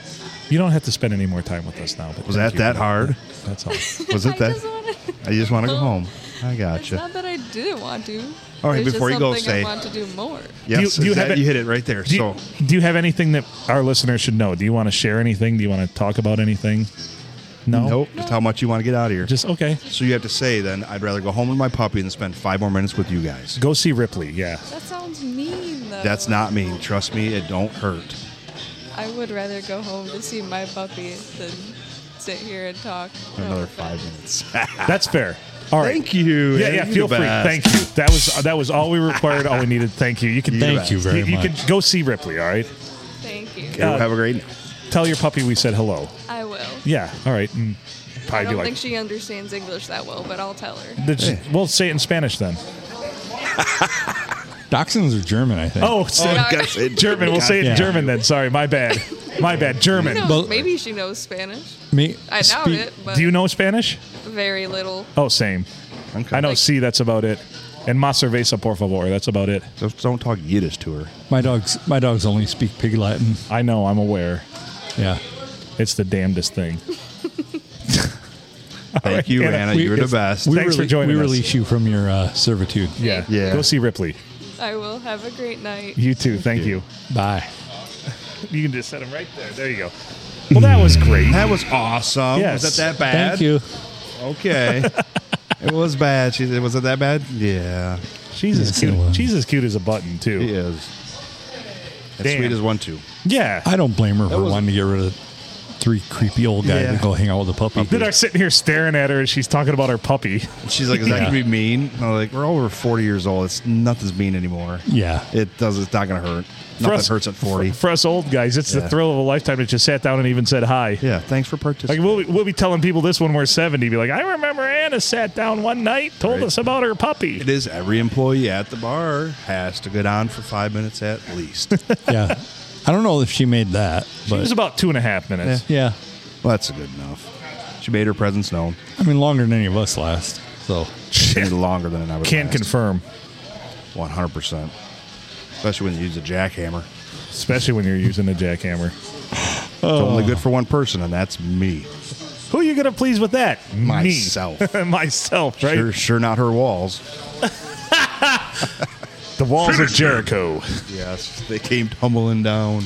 Speaker 2: You don't have to spend any more time with us now. But
Speaker 3: Was
Speaker 2: thank you.
Speaker 3: that that hard?
Speaker 2: That's all.
Speaker 3: Was it
Speaker 5: I
Speaker 3: that?
Speaker 5: just wanna-
Speaker 3: I just want to go home. I
Speaker 5: It's
Speaker 3: gotcha.
Speaker 5: not that I didn't want to.
Speaker 3: All right,
Speaker 5: It's just
Speaker 3: before you go,
Speaker 5: something
Speaker 3: say-
Speaker 5: I want to do more.
Speaker 3: Yes,
Speaker 2: Do you- do you
Speaker 3: is
Speaker 2: have
Speaker 3: that-
Speaker 2: it-
Speaker 3: you hit it right there.
Speaker 2: Do you,
Speaker 3: so
Speaker 2: do you have anything that our listeners should know? Do you want to share anything? Do you want to talk about anything? No.
Speaker 3: Nope. Just how much you want to get out of here.
Speaker 2: Just okay.
Speaker 3: so you have to say then, I'd rather go home with my puppy than spend five more minutes with you guys.
Speaker 2: Go see Ripley. Yeah.
Speaker 5: That sounds mean, though.
Speaker 3: That's not mean. Trust me, it don't hurt.
Speaker 5: I would rather go home to see my puppy than sit here and talk. Oh, No
Speaker 3: Another
Speaker 5: offense.
Speaker 3: five minutes.
Speaker 2: That's fair. All right.
Speaker 3: Ah. Thank you.
Speaker 2: Yeah,
Speaker 3: Ed.
Speaker 2: yeah.
Speaker 3: You're
Speaker 2: Feel
Speaker 3: the
Speaker 2: free.
Speaker 3: best.
Speaker 2: Thank you. That was that was all we required. All we needed. Thank you. You can
Speaker 3: You're the
Speaker 1: Thank you
Speaker 2: you,
Speaker 1: very
Speaker 2: you
Speaker 1: much.
Speaker 2: can go see Ripley. All right.
Speaker 5: Thank you.
Speaker 3: Okay, well,
Speaker 2: Uh,
Speaker 3: have a great night.
Speaker 2: Tell your puppy we said hello.
Speaker 5: I will.
Speaker 2: Yeah. All right. And
Speaker 5: I
Speaker 2: probably be
Speaker 5: don't
Speaker 2: like.
Speaker 5: think she understands English that well, but I'll tell her.
Speaker 2: Did you- We'll say it in Spanish then.
Speaker 1: Dachshunds are German, I think.
Speaker 2: Oh, so-
Speaker 5: yeah.
Speaker 3: Guys, it-
Speaker 2: German. We'll say it in
Speaker 1: Yeah.
Speaker 2: German then. Sorry, my bad. My bad. German.
Speaker 5: No,
Speaker 1: Well-
Speaker 5: maybe she knows Spanish.
Speaker 1: me.
Speaker 5: I doubt
Speaker 1: speak-
Speaker 5: it, but
Speaker 2: Do you know Spanish?
Speaker 5: very little.
Speaker 2: Oh, same.
Speaker 3: Okay.
Speaker 2: I know C. That's about it. And más cerveza, por favor. That's about it.
Speaker 3: Just don't talk Yiddish to her.
Speaker 1: My dogs. My dogs only speak Pig Latin.
Speaker 2: I know. I'm aware.
Speaker 1: Yeah.
Speaker 2: It's the damnedest thing.
Speaker 3: Thank you,
Speaker 2: Anna,
Speaker 3: Anna.
Speaker 1: we-
Speaker 3: You're the
Speaker 1: it's-
Speaker 3: best.
Speaker 1: We
Speaker 2: Thanks for
Speaker 1: rele-
Speaker 2: joining
Speaker 1: We
Speaker 2: us.
Speaker 1: release you from your uh, servitude.
Speaker 2: Yeah.
Speaker 3: Yeah.
Speaker 2: Go see Ripley.
Speaker 5: I will have a great night.
Speaker 2: You too. Thank you.
Speaker 1: Bye.
Speaker 2: You can just set him right there. There you go. Well, that was great.
Speaker 3: That was awesome.
Speaker 2: Yes.
Speaker 3: Was it that bad?
Speaker 1: Thank you.
Speaker 3: Okay. it was bad. She, was it that bad? Yeah. uh,
Speaker 2: She's as
Speaker 1: Yes, it
Speaker 2: cute.
Speaker 1: was.
Speaker 2: She's as cute as a button too.
Speaker 3: He is. As
Speaker 2: Damn.
Speaker 3: sweet as one, two.
Speaker 2: Yeah.
Speaker 1: I don't blame her for
Speaker 3: was-
Speaker 1: wanting to get rid of three creepy old guys
Speaker 3: Yeah.
Speaker 1: to go hang out with a puppy.
Speaker 2: Then I'm sitting here staring at her as she's talking about her puppy.
Speaker 3: And she's like, is that
Speaker 1: Yeah.
Speaker 3: going to be mean? And I'm like, we're all over 40 years old. It's Nothing's mean anymore.
Speaker 1: Yeah.
Speaker 3: It does. It's not going to hurt.
Speaker 2: For
Speaker 3: Nothing
Speaker 2: us-
Speaker 3: hurts at 40.
Speaker 2: For us old guys, it's the
Speaker 3: Yeah.
Speaker 2: thrill of a lifetime that just sat down and even said hi.
Speaker 3: yeah. Thanks for
Speaker 2: Like
Speaker 3: participating.
Speaker 2: we'll be, we'll be telling people this when we're 70. Be like, I remember Anna sat down one night, told
Speaker 3: Right.
Speaker 2: us about her puppy.
Speaker 3: it is every employee at the bar has to get on for five minutes at least.
Speaker 1: yeah. I don't know if she made that,
Speaker 2: It was
Speaker 1: but
Speaker 2: about two and a half minutes.
Speaker 1: yeah.
Speaker 3: well, that's good enough. She made her presence known.
Speaker 1: I mean, longer than any of us last. So
Speaker 3: She made it longer than I would
Speaker 2: Can't
Speaker 3: last.
Speaker 2: confirm.
Speaker 3: 100%. especially when you use a jackhammer.
Speaker 2: especially when you're using a jackhammer.
Speaker 3: It's only good for one person, and that's me.
Speaker 2: Who are you going to please with that? Me.
Speaker 3: Myself.
Speaker 2: Myself, right?
Speaker 3: Sure, sure, not her walls.
Speaker 2: The walls of Jericho.
Speaker 3: Yes, they came tumbling down.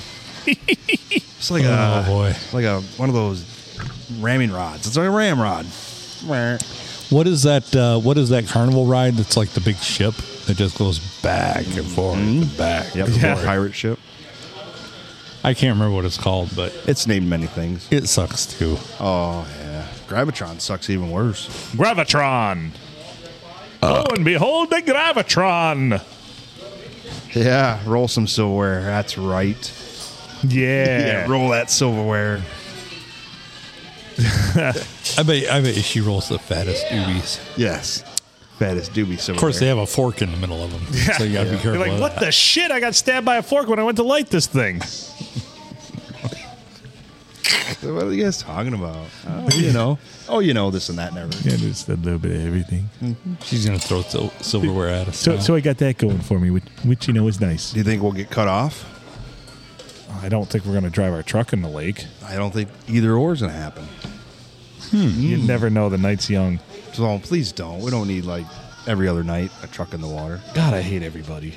Speaker 3: it's like
Speaker 1: Oh,
Speaker 3: a
Speaker 1: boy.
Speaker 3: like a one of those ramming rods. It's like a ramrod.
Speaker 1: What is that? Uh, what is that carnival ride? That's like the big ship that just goes back and forth, and back.
Speaker 3: Yep,
Speaker 1: and
Speaker 3: yeah.
Speaker 1: forth.
Speaker 3: pirate ship.
Speaker 1: I can't remember what it's called, but
Speaker 3: It's named many things.
Speaker 1: it sucks too.
Speaker 3: Oh yeah, Gravitron sucks even worse.
Speaker 2: Gravitron. oh, and behold the Gravitron.
Speaker 3: Yeah, roll some silverware. That's right.
Speaker 2: Yeah.
Speaker 3: roll that silverware.
Speaker 1: I bet. I bet she rolls the fattest doobies.
Speaker 3: Yes, fattest doobie silverware.
Speaker 1: Of course, they have a fork in the middle of them, so you gotta be
Speaker 2: You're
Speaker 1: careful.
Speaker 2: like,
Speaker 1: of
Speaker 2: what
Speaker 1: that.
Speaker 2: the shit? I got stabbed by a fork when I went to light this thing.
Speaker 3: What are you guys talking about? Oh, you know. Oh, you know this and that. Never.
Speaker 2: Yeah, just a little bit of everything. Uh.
Speaker 1: She's gonna throw sil- silverware at us. now.
Speaker 2: I got that going for me, which, which you know is nice.
Speaker 3: Do you think we'll get cut off?
Speaker 2: I don't think we're going to drive our truck in the lake.
Speaker 3: I don't think either or is gonna happen.
Speaker 2: You never know. The night's young.
Speaker 3: So please don't. We don't need like every other night a truck in the water.
Speaker 2: God, I hate everybody.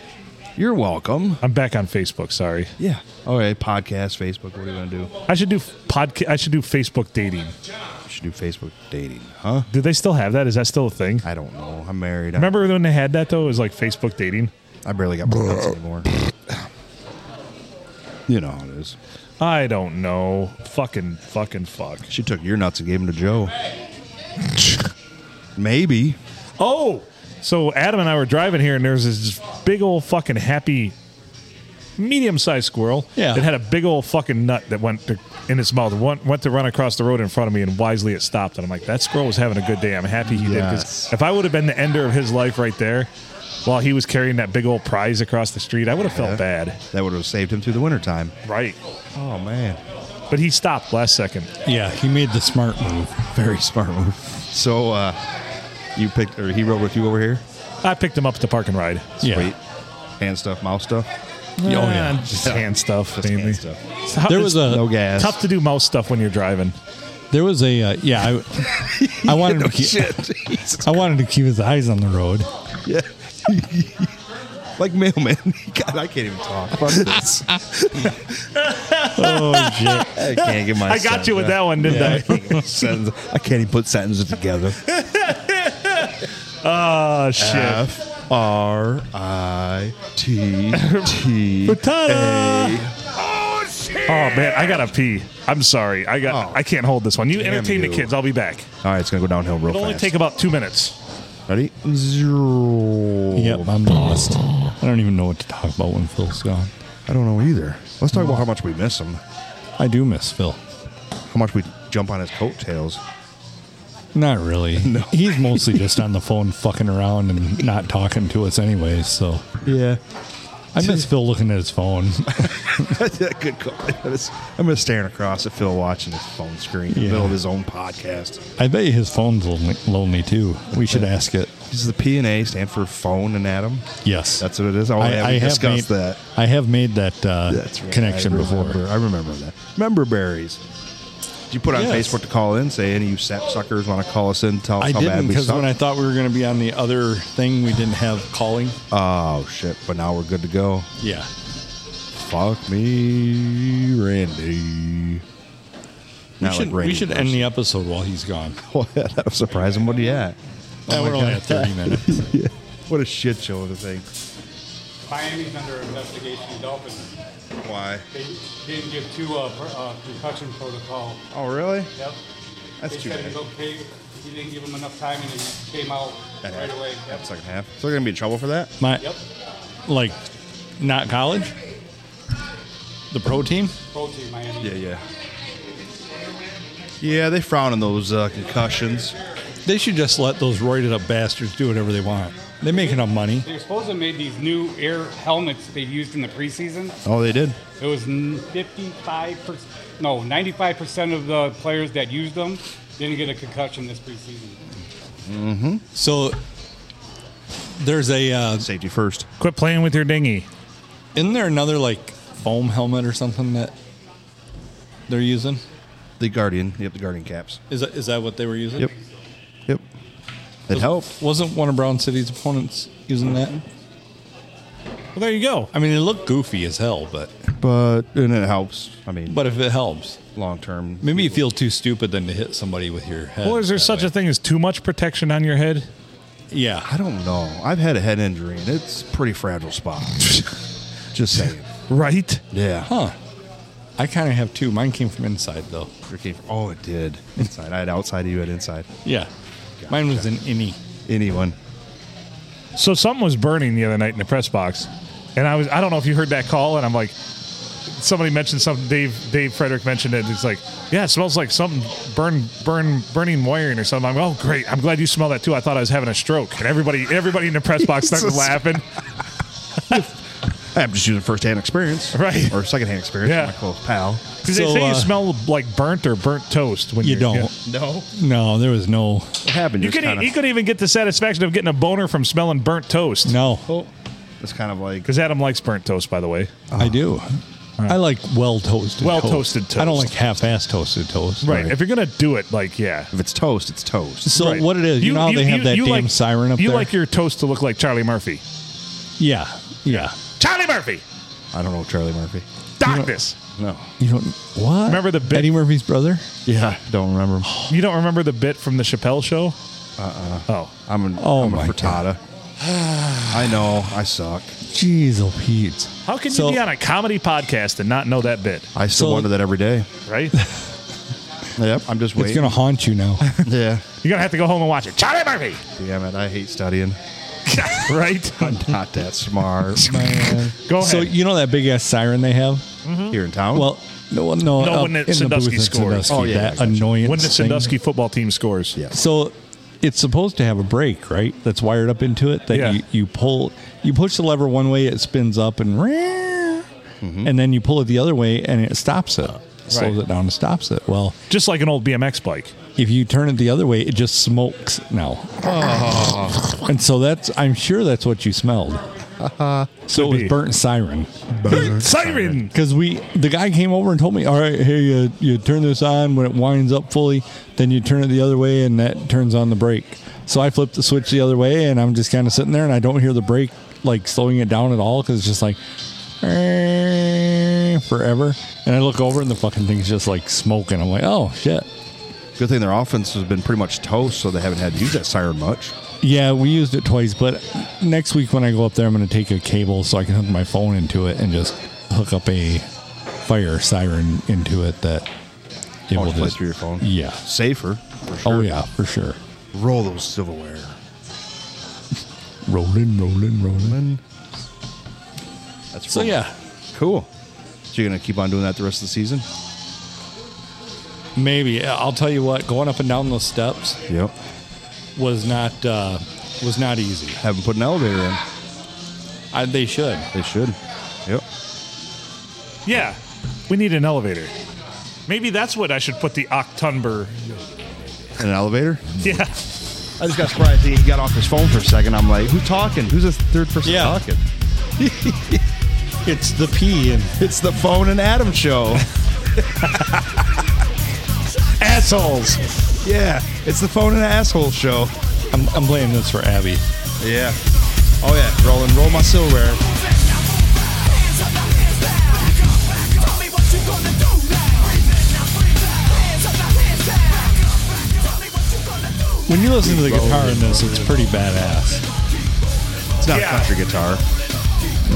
Speaker 3: You're welcome.
Speaker 2: I'm back on Facebook. Sorry.
Speaker 3: Yeah. All right. Podcast, Facebook. What are you gonna do?
Speaker 2: I should do podcast. I should do Facebook dating.
Speaker 3: You should do Facebook dating, huh?
Speaker 2: Do they still have that? Is that still a thing?
Speaker 3: I don't know. I'm married. I-
Speaker 2: Remember when they had that though? It was like Facebook dating.
Speaker 3: I barely got my nuts anymore. You know how it is.
Speaker 2: I don't know. Fucking fucking fuck.
Speaker 3: She took your nuts and gave them to Joe. Maybe.
Speaker 2: Oh, so Adam and I were driving here, and there's this big old fucking happy, medium-sized squirrel.
Speaker 1: Yeah.
Speaker 2: That had a big old fucking nut that went to, in its mouth. Went, went to run across the road in front of me, and wisely it stopped. And I'm like, that squirrel was having a good day. I'm happy he did. 'cause
Speaker 3: Yes.
Speaker 2: if I would have been the ender of his life right there, while he was carrying that big old prize across the street, I would have felt bad.
Speaker 3: That would have saved him through the wintertime.
Speaker 2: Right.
Speaker 3: Oh, man.
Speaker 2: But he stopped last second.
Speaker 1: Yeah, he made the smart move.
Speaker 3: Very smart move. So, uh, you picked, or he rode with you over here?
Speaker 2: I picked him up at the park and ride.
Speaker 1: Yeah.
Speaker 3: Sweet. Hand stuff, mouth stuff?
Speaker 1: Oh, yeah.
Speaker 2: Eh, Just hand stuff.
Speaker 3: Just
Speaker 2: mainly.
Speaker 3: hand stuff.
Speaker 2: It's hard-
Speaker 1: There was
Speaker 2: it's
Speaker 1: a
Speaker 3: No gas.
Speaker 2: tough to do mouse stuff when you're driving.
Speaker 1: there was a uh, yeah. I, I wanted to keep
Speaker 3: Jesus.
Speaker 1: I wanted to keep his eyes on the road.
Speaker 3: Yeah. like mailman. God, I can't even talk. Fuck this.
Speaker 1: Oh shit!
Speaker 3: I can't get my
Speaker 2: I got you with that one, didn't
Speaker 3: Yeah, I
Speaker 2: I?
Speaker 3: can't get my sentence- I can't even put sentences together.
Speaker 2: Oh shit!
Speaker 3: F R I T T
Speaker 2: Frittata. oh man, I gotta pee. I'm sorry. I got.
Speaker 3: Oh.
Speaker 2: I can't hold this one. You entertain
Speaker 3: you.
Speaker 2: the kids. I'll be back.
Speaker 3: All right, it's gonna go downhill real
Speaker 2: It'll only
Speaker 3: fast.
Speaker 2: take about two minutes.
Speaker 3: Ready? Zero.
Speaker 1: Yep, I'm
Speaker 3: Oh.
Speaker 1: lost. I don't even know what to talk about when Phil's gone.
Speaker 3: I don't know either. Let's talk about how much we miss him.
Speaker 1: I do miss Phil.
Speaker 3: How much we jump on his coattails.
Speaker 1: Not really. He's mostly just on the phone fucking around and not talking to us anyways, so
Speaker 3: Yeah.
Speaker 1: I miss Phil looking at his phone.
Speaker 3: Good call. I'm just- I'm just staring across at Phil watching his phone screen in the
Speaker 1: Yeah.
Speaker 3: middle of his own podcast.
Speaker 1: I bet you his phone's lonely, lonely too. We should ask it.
Speaker 3: Does the P and A stand for phone and Adam?
Speaker 1: Yes.
Speaker 3: That's what it is. Oh, yeah, we
Speaker 1: made,
Speaker 3: discussed that.
Speaker 1: I have made that uh,
Speaker 3: That's right.
Speaker 1: connection
Speaker 3: I
Speaker 1: before.
Speaker 3: remember- I remember that. Member berries. Did you put on
Speaker 1: Yes.
Speaker 3: Facebook to call in? Say any of you sap suckers want to call us in? Tell us
Speaker 1: I
Speaker 3: how bad
Speaker 1: didn't
Speaker 3: we
Speaker 1: because
Speaker 3: suck.
Speaker 1: when I thought we were going to be on the other thing, we didn't have calling.
Speaker 3: oh shit! But now we're good to go.
Speaker 1: Yeah.
Speaker 3: Fuck me, Randy.
Speaker 1: we should, we should end the episode while he's gone.
Speaker 3: that was surprising. What do you at?
Speaker 1: Yeah, Oh, we're only at 30 minutes.
Speaker 3: What a shit show of a thing.
Speaker 4: Miami's under investigation. Dolphins.
Speaker 3: Why?
Speaker 4: They didn't give two uh, per, uh, concussion protocol.
Speaker 3: Oh really?
Speaker 4: Yep.
Speaker 3: That's
Speaker 4: they
Speaker 3: too
Speaker 4: said
Speaker 3: bad.
Speaker 4: it's okay. He didn't give him enough time, and he came out
Speaker 3: That
Speaker 4: right
Speaker 3: happened.
Speaker 4: away. Yep.
Speaker 3: Second half. So they're gonna be in trouble for that.
Speaker 1: My,
Speaker 4: Yep.
Speaker 1: Like, not college? The pro team?
Speaker 4: Pro team Miami.
Speaker 3: Yeah, yeah. Yeah, they frown on those uh, concussions.
Speaker 1: They should just let those roided up bastards do whatever they want. They make enough money.
Speaker 4: They're supposed to have made these new air helmets they've used in the preseason.
Speaker 3: Oh, they did.
Speaker 4: It was n- 55 percent, no, 95 percent of the players that used them didn't get a concussion this preseason.
Speaker 1: So there's a uh,
Speaker 3: Safety first.
Speaker 2: Quit playing with your dinghy.
Speaker 1: Isn't there another like foam helmet or something that they're using?
Speaker 3: The Guardian. Yep, the Guardian caps.
Speaker 1: Is that, is that what they were using?
Speaker 3: Yep. Yep. It helped.
Speaker 1: Wasn't one of Brown City's opponents using that?
Speaker 2: Well, there you go.
Speaker 1: I mean, it looked goofy as hell, but
Speaker 3: But and it helps. I mean
Speaker 1: but if it helps,
Speaker 3: long term.
Speaker 1: maybe you feel too stupid than to hit somebody with your head.
Speaker 2: Well, is there
Speaker 1: that
Speaker 2: such
Speaker 1: way.
Speaker 2: a thing as too much protection on your head?
Speaker 1: Yeah,
Speaker 3: I don't know. I've had a head injury and it's a pretty fragile spot. Just saying.
Speaker 2: Right?
Speaker 3: Yeah.
Speaker 1: huh? I kind of have two. Mine came from inside though.
Speaker 3: It came from- oh, it did. Inside. I had outside, you had inside.
Speaker 1: Yeah, mine was an innie.
Speaker 3: Anyone.
Speaker 2: So something was burning the other night in the press box, and I was—I don't know if you heard that call, and I'm like, somebody mentioned something. Dave Dave Frederick mentioned it. It's like, yeah, it smells like something burn burn burning wiring or something. I'm oh great, I'm glad you smell that too. I thought I was having a stroke, and everybody everybody in the press box started
Speaker 3: Jesus.
Speaker 2: laughing.
Speaker 3: I'm just using first hand experience.
Speaker 2: Right.
Speaker 3: Or second hand experience
Speaker 2: Yeah.
Speaker 3: from my close pal.
Speaker 2: Because
Speaker 1: So,
Speaker 2: they say
Speaker 1: uh,
Speaker 2: you smell like burnt or burnt toast when
Speaker 1: You
Speaker 2: you
Speaker 1: don't.
Speaker 3: No.
Speaker 1: No, there was no.
Speaker 3: What happened?
Speaker 2: You could
Speaker 3: kind
Speaker 2: you could even get the satisfaction of getting a boner from smelling burnt toast.
Speaker 1: No,
Speaker 3: it's kind of like
Speaker 2: Because Adam likes burnt toast, by the way.
Speaker 1: I do. I like well toasted.
Speaker 2: Uh-huh. Well-toasted
Speaker 1: I don't
Speaker 2: toast.
Speaker 1: like half-ass toasted toast.
Speaker 2: Right. If you're gonna do it, like yeah.
Speaker 3: if it's toast, it's toast.
Speaker 1: So
Speaker 2: Right.
Speaker 1: what it is? You, know how they have that
Speaker 2: you
Speaker 1: damn
Speaker 2: like-
Speaker 1: siren up
Speaker 2: You
Speaker 1: there.
Speaker 2: like your toast to look like Charlie Murphy.
Speaker 1: yeah, yeah.
Speaker 2: Charlie Murphy,
Speaker 3: I don't know Charlie Murphy.
Speaker 2: darkness.
Speaker 3: No.
Speaker 1: You don't what?
Speaker 2: Remember the bit-
Speaker 1: Eddie Murphy's brother?
Speaker 3: Yeah. Don't remember. him.
Speaker 2: You don't remember the bit from the Chappelle show?
Speaker 1: Uh-uh.
Speaker 2: Uh uh Oh.
Speaker 3: I'm an
Speaker 1: Oh
Speaker 3: I'm a
Speaker 1: my
Speaker 3: frittata. I know. I suck.
Speaker 1: Jeez, oh Pete.
Speaker 2: How can
Speaker 1: So-
Speaker 2: you be on a comedy podcast and not know that bit,
Speaker 3: I still
Speaker 1: So-
Speaker 3: wonder that every day.
Speaker 2: right?
Speaker 3: Yep. I'm just
Speaker 1: It's
Speaker 3: waiting.
Speaker 1: gonna haunt you now.
Speaker 3: yeah.
Speaker 2: You're gonna have to go home and watch it. Charlie Murphy,
Speaker 3: Damn it. I hate studying.
Speaker 2: right?
Speaker 3: I'm not that smart.
Speaker 2: Go ahead.
Speaker 1: so you know that big ass siren they have?
Speaker 3: Here in town.
Speaker 1: Well, no, well, no.
Speaker 2: No,
Speaker 1: up
Speaker 2: when the
Speaker 1: in the
Speaker 2: Sandusky
Speaker 1: booth at
Speaker 2: scores.
Speaker 1: Sandusky,
Speaker 3: Oh, yeah, I
Speaker 1: that
Speaker 3: gotcha.
Speaker 1: annoyance.
Speaker 2: when the
Speaker 1: thing.
Speaker 2: Sandusky football team scores,
Speaker 3: Yeah.
Speaker 1: So it's supposed to have a brake, right? That's wired up into it. That
Speaker 2: Yeah.
Speaker 1: you, you pull, you push the lever one way, it spins up and, and then you pull it the other way, and it stops it, slows
Speaker 2: Mm-hmm. Right.
Speaker 1: it down, and stops it. Well,
Speaker 2: just like an old BMX bike.
Speaker 1: if you turn it the other way, it just smokes now. And so that's, I'm sure that's what you smelled. so it
Speaker 2: Could
Speaker 1: was
Speaker 2: be.
Speaker 1: burnt siren. Uh-huh.
Speaker 2: Siren.
Speaker 1: Because we, the guy came over and told me, all right, here you you turn this on when it winds up fully, then you turn it the other way, and that turns on the brake. So I flip the switch the other way, and I'm just kind of sitting there, and I don't hear the brake like slowing it down at all because it's just like "Eh," forever. And I look over, and the fucking thing's just like smoking. I'm like, oh shit.
Speaker 3: Good thing their offense has been pretty much toast, so they haven't had to use that siren much.
Speaker 1: Yeah, we used it twice, but next week when I go up there, I'm going to take a cable so I can hook my phone into it and just hook up a fire siren into it that it will
Speaker 3: Oh, just play
Speaker 1: just
Speaker 3: through your phone.
Speaker 1: Yeah.
Speaker 3: Safer. For sure.
Speaker 1: Oh yeah, for sure.
Speaker 3: Roll those silverware.
Speaker 1: Rolling, rolling, rolling.
Speaker 3: That's
Speaker 1: So
Speaker 3: fun.
Speaker 1: yeah,
Speaker 3: Cool. So you're gonna keep on doing that the rest of the season?
Speaker 1: maybe I'll tell you what. Going up and down those steps
Speaker 3: Yep.
Speaker 1: was not uh, was not easy.
Speaker 3: Haven't put an elevator in.
Speaker 1: I, they should.
Speaker 3: They should. Yep.
Speaker 2: Yeah, we need an elevator. Maybe that's what I should put the Octumber.
Speaker 3: In an elevator?
Speaker 2: Yeah.
Speaker 3: I just got surprised he got off his phone for a second. I'm like, who's talking? Who's this third person
Speaker 1: Yeah.
Speaker 3: talking?
Speaker 1: It's the P and
Speaker 3: It's the phone and Adam show.
Speaker 2: Assholes.
Speaker 3: yeah. It's the phone and asshole show.
Speaker 1: I'm, I'm blaming this for Abby.
Speaker 3: Yeah. Oh yeah. Rolling. Roll my silverware.
Speaker 1: When you listen to the guitar in this, it's pretty badass.
Speaker 3: It's not
Speaker 2: Yeah.
Speaker 3: country guitar.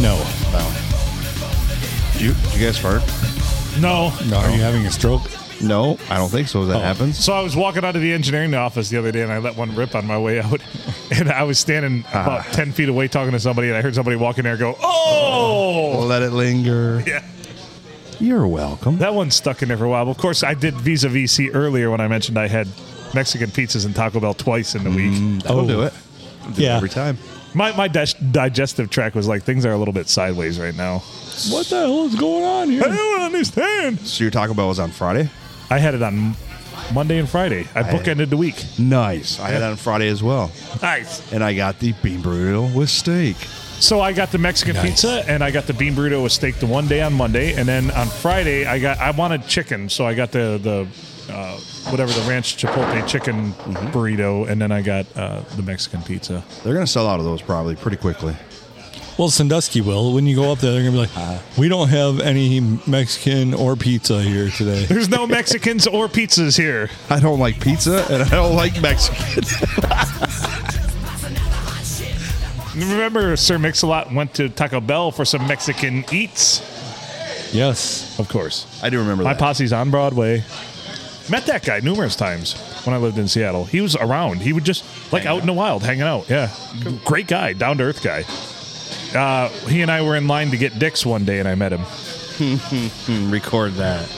Speaker 1: No,
Speaker 3: Did you, did you guys fart?
Speaker 2: No.
Speaker 1: no. Are you having a stroke?
Speaker 3: No, I don't think
Speaker 1: Oh.
Speaker 3: so. That happens.
Speaker 2: So I was walking out of the engineering office the other day, and I let one rip on my way out. And I was standing about ten feet away talking to somebody, and I heard somebody walk in there go, "Oh!"
Speaker 3: Let it linger.
Speaker 2: Yeah,
Speaker 3: You're welcome.
Speaker 2: that one stuck in there for a while. Of course, I did Visa VC earlier when I mentioned I had Mexican pizzas and Taco Bell twice in the week.
Speaker 3: That'll do it. Oh. Do it
Speaker 1: Yeah.
Speaker 3: Every time.
Speaker 2: My my dis- digestive tract was like things are a little bit sideways right now.
Speaker 1: What the hell is going on
Speaker 2: I
Speaker 1: here?
Speaker 2: don't understand.
Speaker 3: So your Taco Bell was on Friday.
Speaker 2: I had it on Monday and Friday. I bookended the week.
Speaker 3: Nice. I had that on Friday as well.
Speaker 2: Nice.
Speaker 3: And I got the bean burrito with steak.
Speaker 2: So I got the Mexican pizza and I got the bean burrito with steak the one day on Monday, and then on Friday I got I wanted chicken, so I got the the uh, whatever the ranch chipotle chicken burrito, and then I got uh, the Mexican pizza.
Speaker 3: They're going to sell out of those probably pretty quickly.
Speaker 1: Well, Sandusky will. When you go up there, they're gonna be like, "We don't have any Mexican or pizza here today."
Speaker 2: There's no Mexicans or pizzas here.
Speaker 3: I don't like pizza and I don't like Mexican.
Speaker 2: Remember, Sir Mix-a-Lot went to Taco Bell for some Mexican eats.
Speaker 1: Yes,
Speaker 2: Of course,
Speaker 3: I do remember
Speaker 2: my
Speaker 3: that.
Speaker 2: posse's on Broadway. Met that guy numerous times when I lived in Seattle. He was around. He would just like out in the wild, hanging out. Yeah, great guy, down to earth guy. Uh, he and I were in line to get dicks one day, and I met him.
Speaker 3: Record that.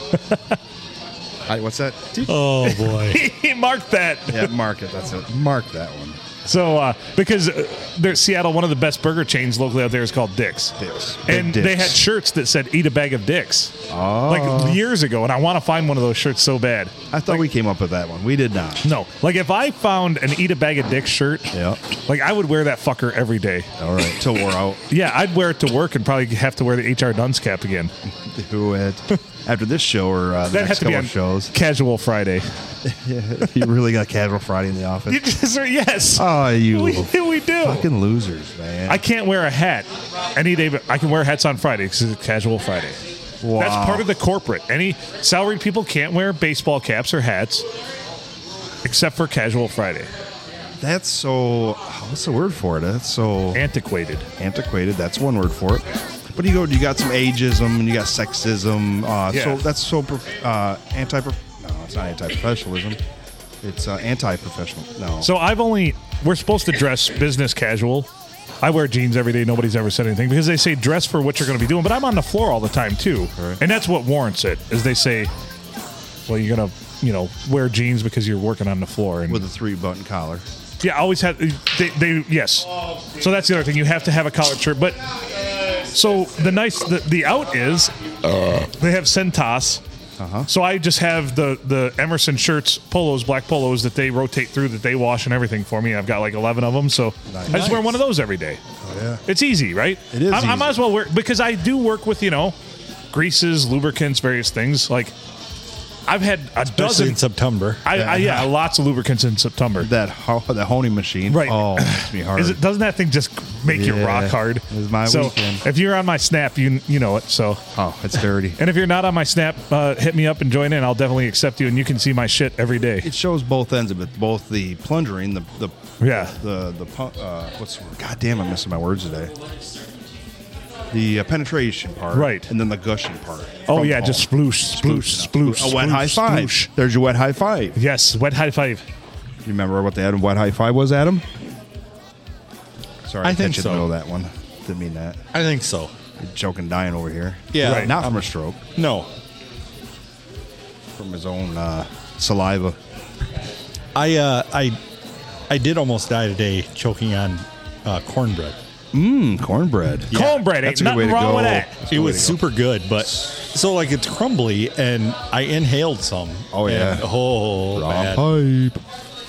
Speaker 3: Hi, what's that?
Speaker 1: Oh boy.
Speaker 2: he marked that.
Speaker 3: Yeah, mark it. That's it. Mark that one.
Speaker 2: So uh, because uh, there's Seattle, one of the best burger chains locally out there is called Dick's.
Speaker 3: Dicks. Big
Speaker 2: And they
Speaker 3: dicks. Oh.
Speaker 2: had shirts that said "Eat a bag of dicks," like years ago, and I want to find one of those shirts so bad.
Speaker 3: I thought we came up with that one. We did not.
Speaker 2: No, like if I found an "Eat a bag of dicks" shirt,
Speaker 3: Yeah.
Speaker 2: like I would wear that fucker every day.
Speaker 3: All right. Till we're out.
Speaker 2: Yeah, I'd wear it to work and probably have to wear the HR dunce cap again.
Speaker 3: Do it. After this show or uh, the
Speaker 2: That has
Speaker 3: next
Speaker 2: to be
Speaker 3: couple
Speaker 2: on
Speaker 3: of shows,
Speaker 2: casual Friday.
Speaker 3: you really got casual Friday in the
Speaker 2: You
Speaker 3: office.
Speaker 2: just- yes,
Speaker 3: Oh, you
Speaker 2: we, we do.
Speaker 3: fucking losers, man.
Speaker 2: Uh, I can't wear a hat any day, but I can wear hats on Friday because it's casual Friday.
Speaker 3: Wow.
Speaker 2: That's part of the corporate. Any salaried people can't wear baseball caps or hats except for casual Friday.
Speaker 3: That's so. What's the word for it? That's so
Speaker 2: Antiquated.
Speaker 3: antiquated. That's one word for it. But you go. You got some ageism. and You got sexism. Uh,
Speaker 2: Yeah.
Speaker 3: So that's so prof- uh, anti. No, it's not anti-professionalism. It's uh, anti-professional. No.
Speaker 2: So I've only we're supposed to dress business casual. I wear jeans every day. Nobody's ever said anything because they say dress for what you're going to be doing. But I'm on the floor all the time too, and that's what warrants it. Is they say, well, you're going to you know wear jeans because you're working on the floor. And
Speaker 3: with a three-button collar.
Speaker 2: yeah, I always have they, they yes. So that's the other thing. You have to have a collared shirt. But so the nice the, the out is they have Centos.
Speaker 3: Uh-huh.
Speaker 2: So I just have the the Emerson shirts, polos, black polos that they rotate through, that they wash and everything for me. I've got like eleven of them, so I just wear one of those every day.
Speaker 3: Oh, yeah.
Speaker 2: It's easy, right?
Speaker 3: It is
Speaker 2: I, I
Speaker 3: easy.
Speaker 2: might as well wear because I do work with you know greases, lubricants, various things. Like I've had a
Speaker 1: Especially
Speaker 2: dozen.
Speaker 1: in September.
Speaker 2: I, I, yeah,
Speaker 3: Yeah.
Speaker 2: lots of lubricants in September.
Speaker 3: That ho- the honing machine.
Speaker 2: Right.
Speaker 3: Oh, makes me hard.
Speaker 2: Is it, doesn't that thing just make you
Speaker 3: Yeah,
Speaker 2: rock hard?
Speaker 3: it was my
Speaker 2: so
Speaker 3: weekend.
Speaker 2: If you're on my snap, you you know it. So
Speaker 3: oh, it's dirty.
Speaker 2: and if you're not on my snap, uh, hit me up and join in. I'll definitely accept you, and you can see my shit every day.
Speaker 3: it shows both ends of it, both the plungering, the the
Speaker 2: Yeah.
Speaker 3: the the pu- uh, what's the word? God damn, I'm missing my words today. The uh, penetration part,
Speaker 2: Right.
Speaker 3: and then the gushing part.
Speaker 2: Oh
Speaker 3: From
Speaker 2: yeah,
Speaker 3: Paul.
Speaker 2: just sploosh, sploosh, sploosh.
Speaker 3: a wet
Speaker 2: sploosh,
Speaker 3: high five.
Speaker 2: sploosh.
Speaker 3: There's your wet high five.
Speaker 2: Yes, wet high five.
Speaker 3: You remember what the Adam wet high five was, Adam? Sorry, I,
Speaker 1: I think
Speaker 3: catch you
Speaker 1: so.
Speaker 3: in the middle of that one. Didn't mean that.
Speaker 1: I think so.
Speaker 3: You're choking, dying over here.
Speaker 1: Yeah. Right.
Speaker 3: not
Speaker 2: Um,
Speaker 3: from a stroke,
Speaker 1: No,
Speaker 3: from his own uh, saliva.
Speaker 1: I uh, I I did almost die today choking on uh, cornbread.
Speaker 3: Mm, cornbread.
Speaker 2: Cornbread ain't
Speaker 3: That's a good way
Speaker 2: nothing
Speaker 3: to
Speaker 2: wrong
Speaker 3: go.
Speaker 2: with that.
Speaker 3: That's a
Speaker 1: It
Speaker 3: good way
Speaker 1: was
Speaker 3: to go.
Speaker 1: super good, but so like it's crumbly, and I inhaled some.
Speaker 3: Oh, yeah.
Speaker 1: And- oh
Speaker 3: Raw
Speaker 1: bad.
Speaker 3: pipe.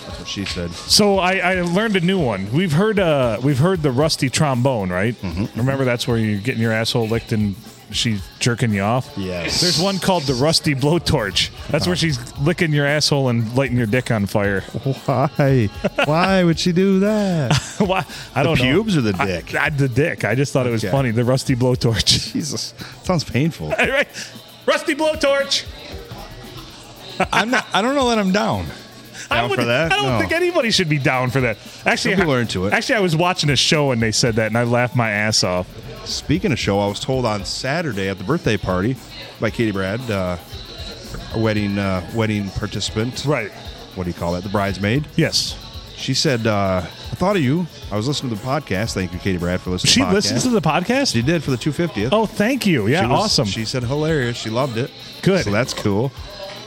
Speaker 3: That's what she said.
Speaker 2: So I, I learned a new one. We've heard uh, we've heard the rusty trombone, right?
Speaker 3: Mm-hmm.
Speaker 2: Remember that's where you're getting your asshole licked and she's jerking you off.
Speaker 3: Yes. Uh-huh.
Speaker 2: There's one called the rusty blowtorch. That's where she's licking your asshole and lighting your dick on fire.
Speaker 3: Why? Why would she do that?
Speaker 2: Why? I don't know.
Speaker 3: pubes or the
Speaker 2: I-
Speaker 3: dick?
Speaker 2: I, the dick. I just thought it was
Speaker 3: Okay.
Speaker 2: funny. The rusty blowtorch.
Speaker 3: Jesus, sounds painful.
Speaker 2: All right. Rusty blowtorch.
Speaker 1: I'm not. I don't know that I'm down.
Speaker 2: I
Speaker 3: Down for
Speaker 2: wouldn't-
Speaker 3: that?
Speaker 2: I don't
Speaker 3: No.
Speaker 2: think anybody should be down for that. Actually,
Speaker 3: Some people
Speaker 2: I-
Speaker 3: are into it.
Speaker 2: Actually, I was watching a show and they said that, and I laughed my ass off.
Speaker 3: Speaking of show, I was told on Saturday at the birthday party by Katie Brad, uh, a wedding uh, wedding participant.
Speaker 2: Right.
Speaker 3: What do you call that? The bridesmaid.
Speaker 2: Yes.
Speaker 3: She said, uh, "I thought of you. I was listening to the podcast. Thank you, Katie Brad, for listening.
Speaker 2: She
Speaker 3: to the podcast.
Speaker 2: listens to the podcast.
Speaker 3: She did for the 250th.
Speaker 2: Oh, thank you. Yeah,
Speaker 3: She was-
Speaker 2: awesome.
Speaker 3: She said hilarious. She loved it.
Speaker 2: Good.
Speaker 3: So that's cool.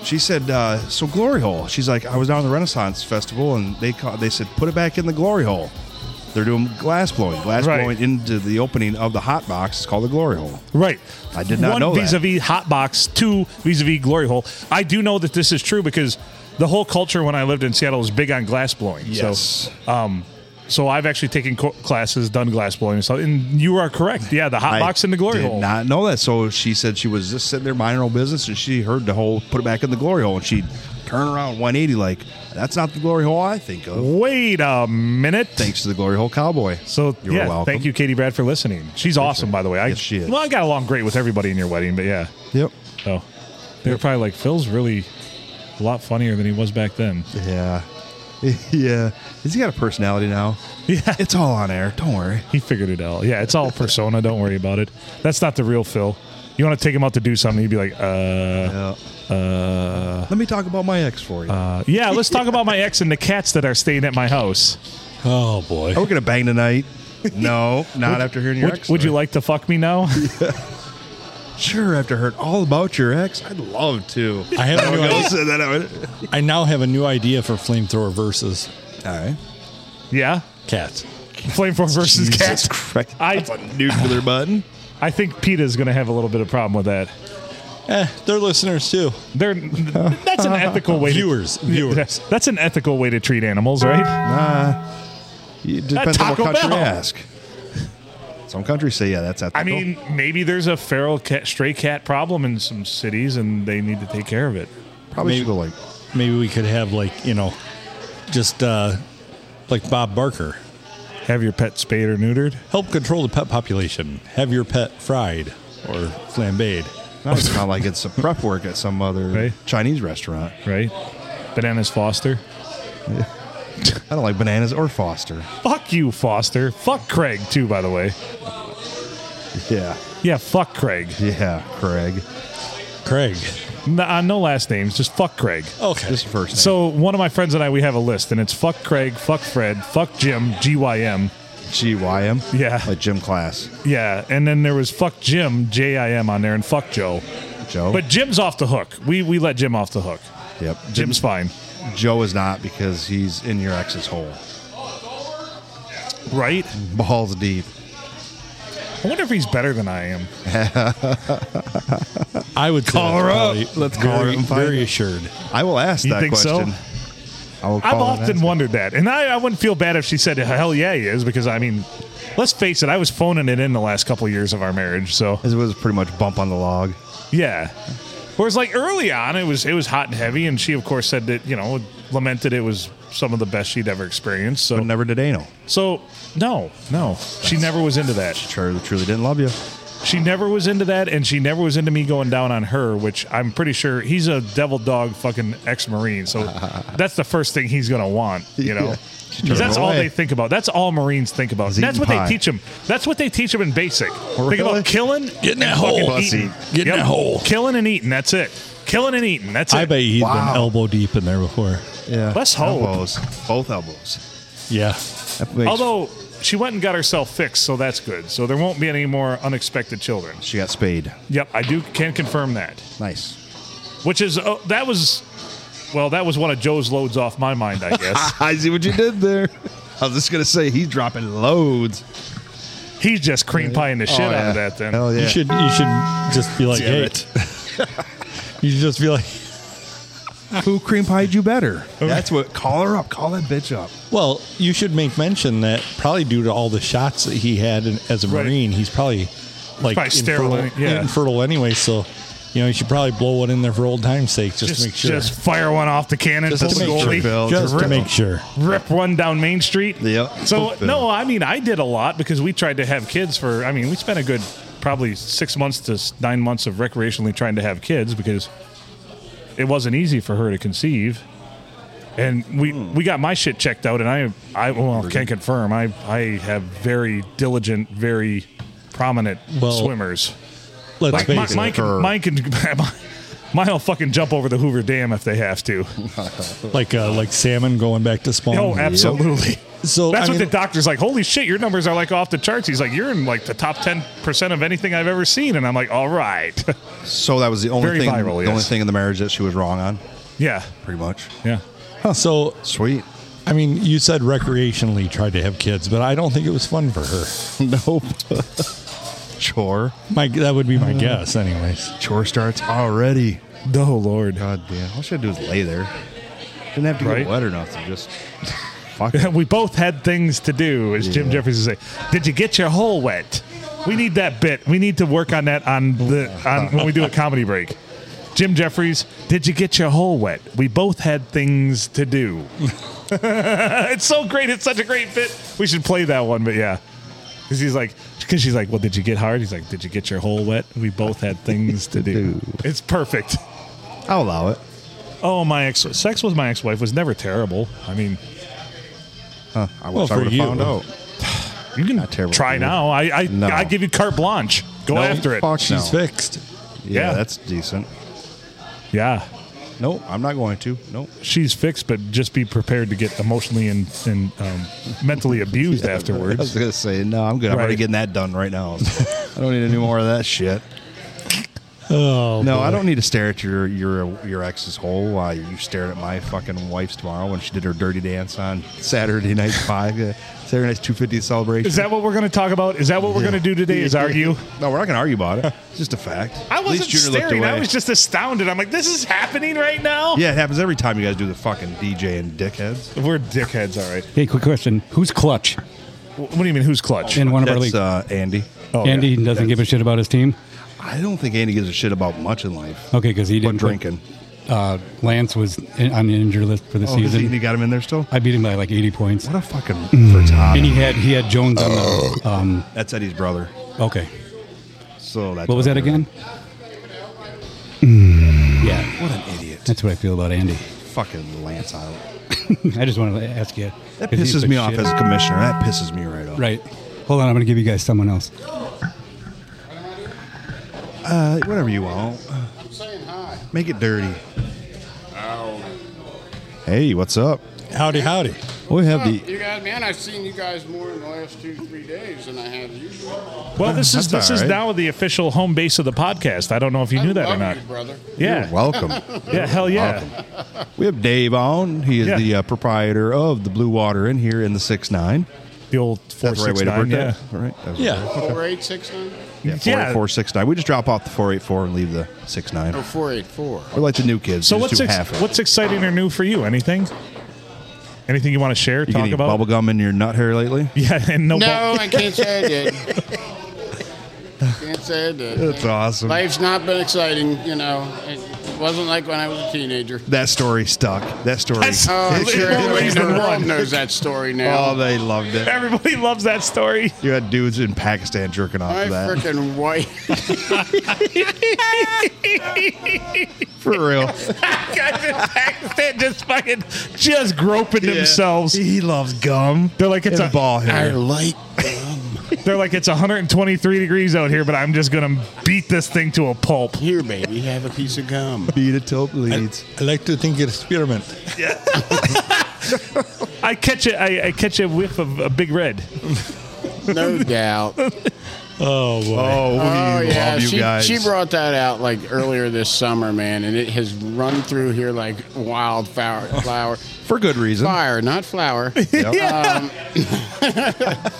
Speaker 3: She said, uh, "So glory hole." She's like, "I was down at the Renaissance Festival, and they ca- they said put it back in the glory hole." They're doing glass blowing, glass
Speaker 2: Right.
Speaker 3: blowing into the opening of the hot box. It's called the glory hole.
Speaker 2: right.
Speaker 3: I did not
Speaker 2: One
Speaker 3: know that.
Speaker 2: vis-a-vis Hotbox, two vis-a-vis Glory Hole. I do know that this is true because the whole culture when I lived in Seattle was big on glass blowing.
Speaker 3: Yes.
Speaker 2: So, um, so I've actually taken co- classes, done glass blowing and stuff. And you are correct. Yeah, the hot box in the glory
Speaker 3: did
Speaker 2: hole.
Speaker 3: Not know that. So she said she was just sitting there minding her own business, and she heard the whole put it back in the glory hole, and she turned around 180 like that's not the glory hole I think of.
Speaker 2: Wait a minute.
Speaker 3: Thanks to the glory hole cowboy.
Speaker 2: So
Speaker 3: You're
Speaker 2: yeah,
Speaker 3: welcome.
Speaker 2: thank you, Katie Brad, for listening. She's awesome, by the way. I,
Speaker 3: Yes, she is.
Speaker 2: Well, I got along great with everybody in your wedding, but yeah.
Speaker 3: Yep.
Speaker 2: So they were probably like, Phil's really a lot funnier than he was back then.
Speaker 3: Yeah. yeah. Has he got a personality now?
Speaker 2: Yeah.
Speaker 3: It's all on air. Don't worry.
Speaker 2: He figured it out. Yeah, it's all persona. Don't worry about it. That's not the real Phil. You want to take him out to do something, he'd be like, uh,
Speaker 3: Yeah.
Speaker 2: uh,
Speaker 3: Let me talk about my ex for you.
Speaker 2: uh, yeah, let's talk about my ex and the cats that are staying at my house.
Speaker 1: Oh boy.
Speaker 3: Are we gonna bang tonight? No, not after hearing your
Speaker 2: Would,
Speaker 3: ex.
Speaker 2: would you
Speaker 3: story.
Speaker 2: like to fuck me now?
Speaker 3: Sure, after heard all about your ex, I'd love to.
Speaker 1: I have a new
Speaker 3: Go
Speaker 1: idea.
Speaker 3: say that out.
Speaker 1: I now have a new idea for flamethrower versus
Speaker 3: All right.
Speaker 2: yeah.
Speaker 1: cats.
Speaker 2: Flamethrower versus cats.
Speaker 3: Christ.
Speaker 2: I-
Speaker 3: That's a nuclear button.
Speaker 2: I think PETA's going to have a little bit of problem with that.
Speaker 1: Eh, they're listeners too.
Speaker 2: They're, that's an ethical way.
Speaker 1: Viewers,
Speaker 2: to,
Speaker 1: viewers.
Speaker 2: That's an ethical way to treat animals, right?
Speaker 3: Nah. It depends on what
Speaker 2: Taco
Speaker 3: country
Speaker 2: Bell.
Speaker 3: you ask. Some countries say, yeah, that's ethical.
Speaker 2: I mean, maybe there's a feral cat, stray cat problem in some cities, and they need to take care of it.
Speaker 3: probably
Speaker 1: maybe-
Speaker 3: should go like,
Speaker 1: Maybe we could have like you know, just uh, like Bob Barker.
Speaker 2: Have your pet spayed or neutered.
Speaker 1: Help control the pet population. Have your pet fried or flambéed.
Speaker 3: no, it's not like it's a prep work at some other
Speaker 2: Right.
Speaker 3: Chinese restaurant.
Speaker 2: right? Bananas Foster.
Speaker 3: I don't like bananas or Foster.
Speaker 2: Fuck you, Foster. Fuck Craig too, by the way.
Speaker 3: Yeah.
Speaker 2: Yeah, fuck Craig.
Speaker 3: Yeah, Craig.
Speaker 1: Craig.
Speaker 2: N- uh, no last names, just fuck Craig.
Speaker 1: Okay.
Speaker 3: Just the first name.
Speaker 2: So one of my friends and I, we have a list, and it's fuck Craig, fuck Fred, fuck Jim, GYM.
Speaker 3: G-Y-M.
Speaker 2: Yeah.
Speaker 3: Like gym class.
Speaker 2: Yeah, and then there was fuck Jim, JIM on there, and fuck Joe.
Speaker 3: Joe.
Speaker 2: But Jim's off the hook. We we let Jim off the hook.
Speaker 3: yep.
Speaker 2: Jim's fine,
Speaker 3: Joe is not because he's in your ex's hole.
Speaker 2: right?
Speaker 3: Balls deep.
Speaker 2: I wonder if he's better than I am.
Speaker 1: I would say
Speaker 3: Call her up.
Speaker 1: that's probably
Speaker 3: Let's call her
Speaker 1: very-
Speaker 3: up and find
Speaker 1: Very
Speaker 3: out.
Speaker 1: assured.
Speaker 3: I will ask
Speaker 2: You
Speaker 3: that
Speaker 2: think so?
Speaker 3: question. I will
Speaker 2: I've
Speaker 3: call and
Speaker 2: often
Speaker 3: ask.
Speaker 2: wondered that, and I, I wouldn't feel bad if she said, "Hell yeah, he is," because I mean, let's face it, I was phoning it in the last couple of years of our marriage. So
Speaker 3: It was pretty much bump on the log.
Speaker 2: yeah, whereas like early on, it was it was hot and heavy, and she of course said that you know lamented it was some of the best she'd ever experienced. So
Speaker 3: But never did anal.
Speaker 2: so no no, she never was into that.
Speaker 3: Truly, truly didn't love you.
Speaker 2: She never was into that, and she never was into me going down on her, which I'm pretty sure he's a devil dog fucking ex Marine. So that's the first thing he's going to want, you know?
Speaker 3: Yeah. She
Speaker 2: 'Cause that's
Speaker 3: turned
Speaker 2: all
Speaker 3: away.
Speaker 2: they think about. That's all Marines think about.
Speaker 3: He's
Speaker 2: That's
Speaker 3: eating
Speaker 2: what
Speaker 3: pie.
Speaker 2: they teach them. That's what they teach them in basic. Think
Speaker 3: Really?
Speaker 2: about killing,
Speaker 1: Get in that
Speaker 2: and fucking
Speaker 1: hole.
Speaker 2: eating.
Speaker 1: Pussy. Get in that hole.
Speaker 2: Killing and eating. That's it. Killing and eating. That's
Speaker 1: I
Speaker 2: it.
Speaker 1: bet he's
Speaker 3: Wow.
Speaker 1: been elbow deep in there before.
Speaker 3: Yeah.
Speaker 2: Let's hope.
Speaker 3: Elbows. Both elbows.
Speaker 1: Yeah.
Speaker 3: That makes-
Speaker 2: Although she went and got herself fixed, so that's good. So there won't be any more unexpected children.
Speaker 3: she got spayed.
Speaker 2: Yep, I do can confirm that.
Speaker 3: Nice.
Speaker 2: which is oh, that was well that was one of joe's loads off my mind i guess
Speaker 3: I see what you did there. I was just gonna say he's dropping loads.
Speaker 2: he's just cream pieing the shit
Speaker 3: Oh,
Speaker 2: out of
Speaker 3: yeah.
Speaker 2: that then
Speaker 3: Hell yeah.
Speaker 1: You should you should just be like,
Speaker 3: Damn
Speaker 1: hey.
Speaker 3: it.
Speaker 1: you should just be like,
Speaker 3: Who cream pied you better? That's what. Call her up. Call that bitch up.
Speaker 1: well, you should make mention that probably due to all the shots that he had in, as a
Speaker 2: Right.
Speaker 1: marine, he's probably like
Speaker 2: probably sterile,
Speaker 1: infertile,
Speaker 2: yeah.
Speaker 1: infertile anyway. So, you know, you should probably blow one in there for old times' sake, just,
Speaker 2: just,
Speaker 1: to make sure.
Speaker 2: just fire one off the cannon
Speaker 1: Just
Speaker 2: pull
Speaker 1: to
Speaker 2: the
Speaker 1: make sure,
Speaker 2: goalie,
Speaker 3: Phil.
Speaker 1: just to
Speaker 3: Rip.
Speaker 1: make sure.
Speaker 2: rip one down main street
Speaker 3: Yep.
Speaker 2: so
Speaker 3: Phil.
Speaker 2: no i mean i did a lot because we tried to have kids for i mean we spent a good probably six months to s- nine months of recreationally trying to have kids because it wasn't easy for her to conceive and we
Speaker 1: Hmm.
Speaker 2: we got my shit checked out and i i well can confirm i i have very diligent very prominent
Speaker 1: Well,
Speaker 2: swimmers
Speaker 1: Let's
Speaker 2: like my,
Speaker 1: face
Speaker 2: mine,
Speaker 1: it,
Speaker 2: can, mine can mine will fucking jump over the hoover dam if they have to
Speaker 1: Oh, like uh, like salmon going back to spawn.
Speaker 2: oh absolutely
Speaker 1: So
Speaker 2: That's
Speaker 1: I
Speaker 2: what
Speaker 1: mean,
Speaker 2: the doctor's like. Holy shit, your numbers are like off the charts. He's like, you're in like the top ten percent of anything I've ever seen, and I'm like, all right,
Speaker 3: So that was the only
Speaker 2: Very
Speaker 3: thing.
Speaker 2: viral,
Speaker 3: the
Speaker 2: yes.
Speaker 3: only thing in the marriage that she was wrong on.
Speaker 2: yeah,
Speaker 3: Pretty much.
Speaker 2: yeah.
Speaker 1: so
Speaker 3: Sweet.
Speaker 1: I mean, you said recreationally tried to have kids, but I don't think it was fun for her.
Speaker 3: nope. Chore.
Speaker 1: My that would be
Speaker 3: Mm.
Speaker 1: my guess, anyways.
Speaker 3: Chore starts already.
Speaker 2: Oh Lord,
Speaker 3: God damn. All she had to do is lay there. Didn't have to
Speaker 2: Right.
Speaker 3: get wet enough to just fuck it.
Speaker 2: we both had things to do, as Jim Jeffries would say. Did you get your hole wet? We need that bit. We need to work on that on the on when we do a comedy break. Jim Jeffries, did you get your hole wet? We both had things to do. it's so great. It's such a great bit. We should play that one, but yeah. Because he's like, because she's like, well, did you get hard? He's like, did you get your hole wet? We both had things to do. It's perfect.
Speaker 3: I'll allow it.
Speaker 2: Oh, my ex, sex with my ex-wife was never terrible. I mean,
Speaker 3: I
Speaker 1: Well,
Speaker 3: wish I
Speaker 1: for
Speaker 3: would have
Speaker 1: you.
Speaker 3: found out.
Speaker 2: You can
Speaker 3: Not terrible
Speaker 2: try
Speaker 3: food.
Speaker 2: now. I I,
Speaker 3: No.
Speaker 2: I give you carte blanche. Go
Speaker 3: No,
Speaker 2: after it.
Speaker 3: fuck
Speaker 1: She's
Speaker 3: no.
Speaker 1: fixed.
Speaker 3: Yeah,
Speaker 2: Yeah.
Speaker 3: that's decent.
Speaker 2: Yeah,
Speaker 3: Nope, I'm not going to. Nope.
Speaker 2: she's fixed, but just be prepared to get emotionally and and um, mentally abused
Speaker 3: I was
Speaker 2: afterwards.
Speaker 3: gonna say no. I'm good. I'm already
Speaker 2: Right.
Speaker 3: getting that done right now. I don't need any more of that shit. Oh no, I don't need to stare at your your your ex's hole while you stared at my fucking wife's tomorrow when she did her dirty dance on Saturday night five uh, Saturday night's two fifty celebration.
Speaker 2: Is that what we're going to talk about? Is that what we're going to do today? Is argue?
Speaker 3: No, we're not gonna argue about it. It's just a fact.
Speaker 2: I
Speaker 3: At least
Speaker 2: wasn't
Speaker 3: Junior looked
Speaker 2: staring. I
Speaker 3: away.
Speaker 2: was just astounded. I'm like, this is happening right now.
Speaker 3: Yeah, it happens every time you guys do the fucking DJ and dickheads.
Speaker 2: We're dickheads, all right.
Speaker 6: Hey, quick question. Who's clutch
Speaker 2: What do you mean? Who's clutch?
Speaker 6: in one of our
Speaker 3: That's
Speaker 6: leagues?
Speaker 3: uh, Andy.
Speaker 2: Oh,
Speaker 6: Andy
Speaker 2: yeah.
Speaker 6: doesn't give a shit about his team.
Speaker 3: I don't think Andy gives a shit about much in life.
Speaker 6: Okay, because he
Speaker 3: But
Speaker 6: didn't. put-
Speaker 3: drinking.
Speaker 6: Uh, Lance was in, on the injury list for the
Speaker 3: Oh, is he,
Speaker 6: season.
Speaker 3: he got him in there still.
Speaker 6: I beat him by like 80 points.
Speaker 3: What Oh. a fucking frittata.
Speaker 6: And he had he had Jones on the. Um,
Speaker 3: That's Eddie's brother.
Speaker 6: okay,
Speaker 3: So that
Speaker 6: what was that again? Yeah,
Speaker 3: What an idiot!
Speaker 6: that's what I feel about Andy.
Speaker 3: Fucking Lance out.
Speaker 6: I just wanted to ask you.
Speaker 3: That
Speaker 6: 'cause he's
Speaker 3: pisses
Speaker 6: the
Speaker 3: me off
Speaker 6: shit.
Speaker 3: as a commissioner. That pisses me right off.
Speaker 6: right. Hold on, I'm going to give you guys someone else.
Speaker 3: Uh, whatever you want. Make it dirty. Hey, what's up?
Speaker 1: Howdy, howdy.
Speaker 3: We have
Speaker 7: Well, you guys, man, I've seen you guys more in the last two, three days than I have usually.
Speaker 2: Well, this is
Speaker 3: That's
Speaker 2: this is
Speaker 3: all right.
Speaker 2: now the official home base of the podcast. I don't know if you
Speaker 7: I
Speaker 2: knew that
Speaker 7: love
Speaker 2: or not.
Speaker 7: you, brother.
Speaker 2: Yeah.
Speaker 3: Welcome.
Speaker 2: Yeah. Hell yeah.
Speaker 3: Welcome. We have Dave on. He is
Speaker 2: Yeah.
Speaker 3: the uh, proprietor of the Blue Water in here in the six nine.
Speaker 2: The old four
Speaker 3: That's the right way to put
Speaker 2: yeah.
Speaker 3: that. All right. That's
Speaker 1: Yeah.
Speaker 7: Four eight six nine.
Speaker 3: Yeah. Four
Speaker 2: Yeah.
Speaker 3: eight four six nine. We just drop off the four eight four and leave the six nine.
Speaker 7: Oh, four eight four.
Speaker 3: We're like the new kids.
Speaker 2: So
Speaker 3: We just
Speaker 2: what's
Speaker 3: do
Speaker 2: ex-
Speaker 3: half it.
Speaker 2: what's exciting or new for you? Anything? Anything you want to share?
Speaker 3: you
Speaker 2: talk
Speaker 3: getting
Speaker 2: about?
Speaker 3: bubble gum in your nut hair lately?
Speaker 2: Yeah, and no.
Speaker 7: No,
Speaker 2: bubble-
Speaker 7: I can't say I did. can't say I did.
Speaker 3: That's awesome.
Speaker 7: Life's not been exciting, you know. It wasn't like when I was a teenager.
Speaker 3: That story stuck. That story.
Speaker 2: That's-
Speaker 7: Oh, I'm
Speaker 2: It's
Speaker 7: sure
Speaker 2: your
Speaker 7: everybody in
Speaker 2: reason
Speaker 7: the world
Speaker 2: one.
Speaker 7: knows that story
Speaker 3: oh,
Speaker 7: now.
Speaker 3: they loved it.
Speaker 2: Everybody loves that story.
Speaker 3: You had dudes in Pakistan jerking off
Speaker 7: My
Speaker 3: to that.
Speaker 7: freaking wife.
Speaker 3: For real.
Speaker 2: Guys in Pakistan just fucking just groping themselves. Um,
Speaker 3: He loves gum.
Speaker 2: They're like it's
Speaker 3: It's
Speaker 2: a
Speaker 3: a ball hair.
Speaker 7: like.
Speaker 2: They're like it's 123 degrees out here, but I'm just gonna beat this thing to a pulp.
Speaker 7: Here, baby, have a piece of gum.
Speaker 3: Beat it till it bleeds.
Speaker 1: I like to think it's experiment.
Speaker 2: I catch a I, I catch a whiff of a big red.
Speaker 7: No doubt.
Speaker 1: Oh boy.
Speaker 3: Oh, we
Speaker 7: Oh
Speaker 3: love
Speaker 7: yeah,
Speaker 3: you
Speaker 7: she,
Speaker 3: guys.
Speaker 7: she brought that out like earlier this summer, man, and it has run through here like wildfire, flower,
Speaker 3: For good reason.
Speaker 7: fire, not flower. Um.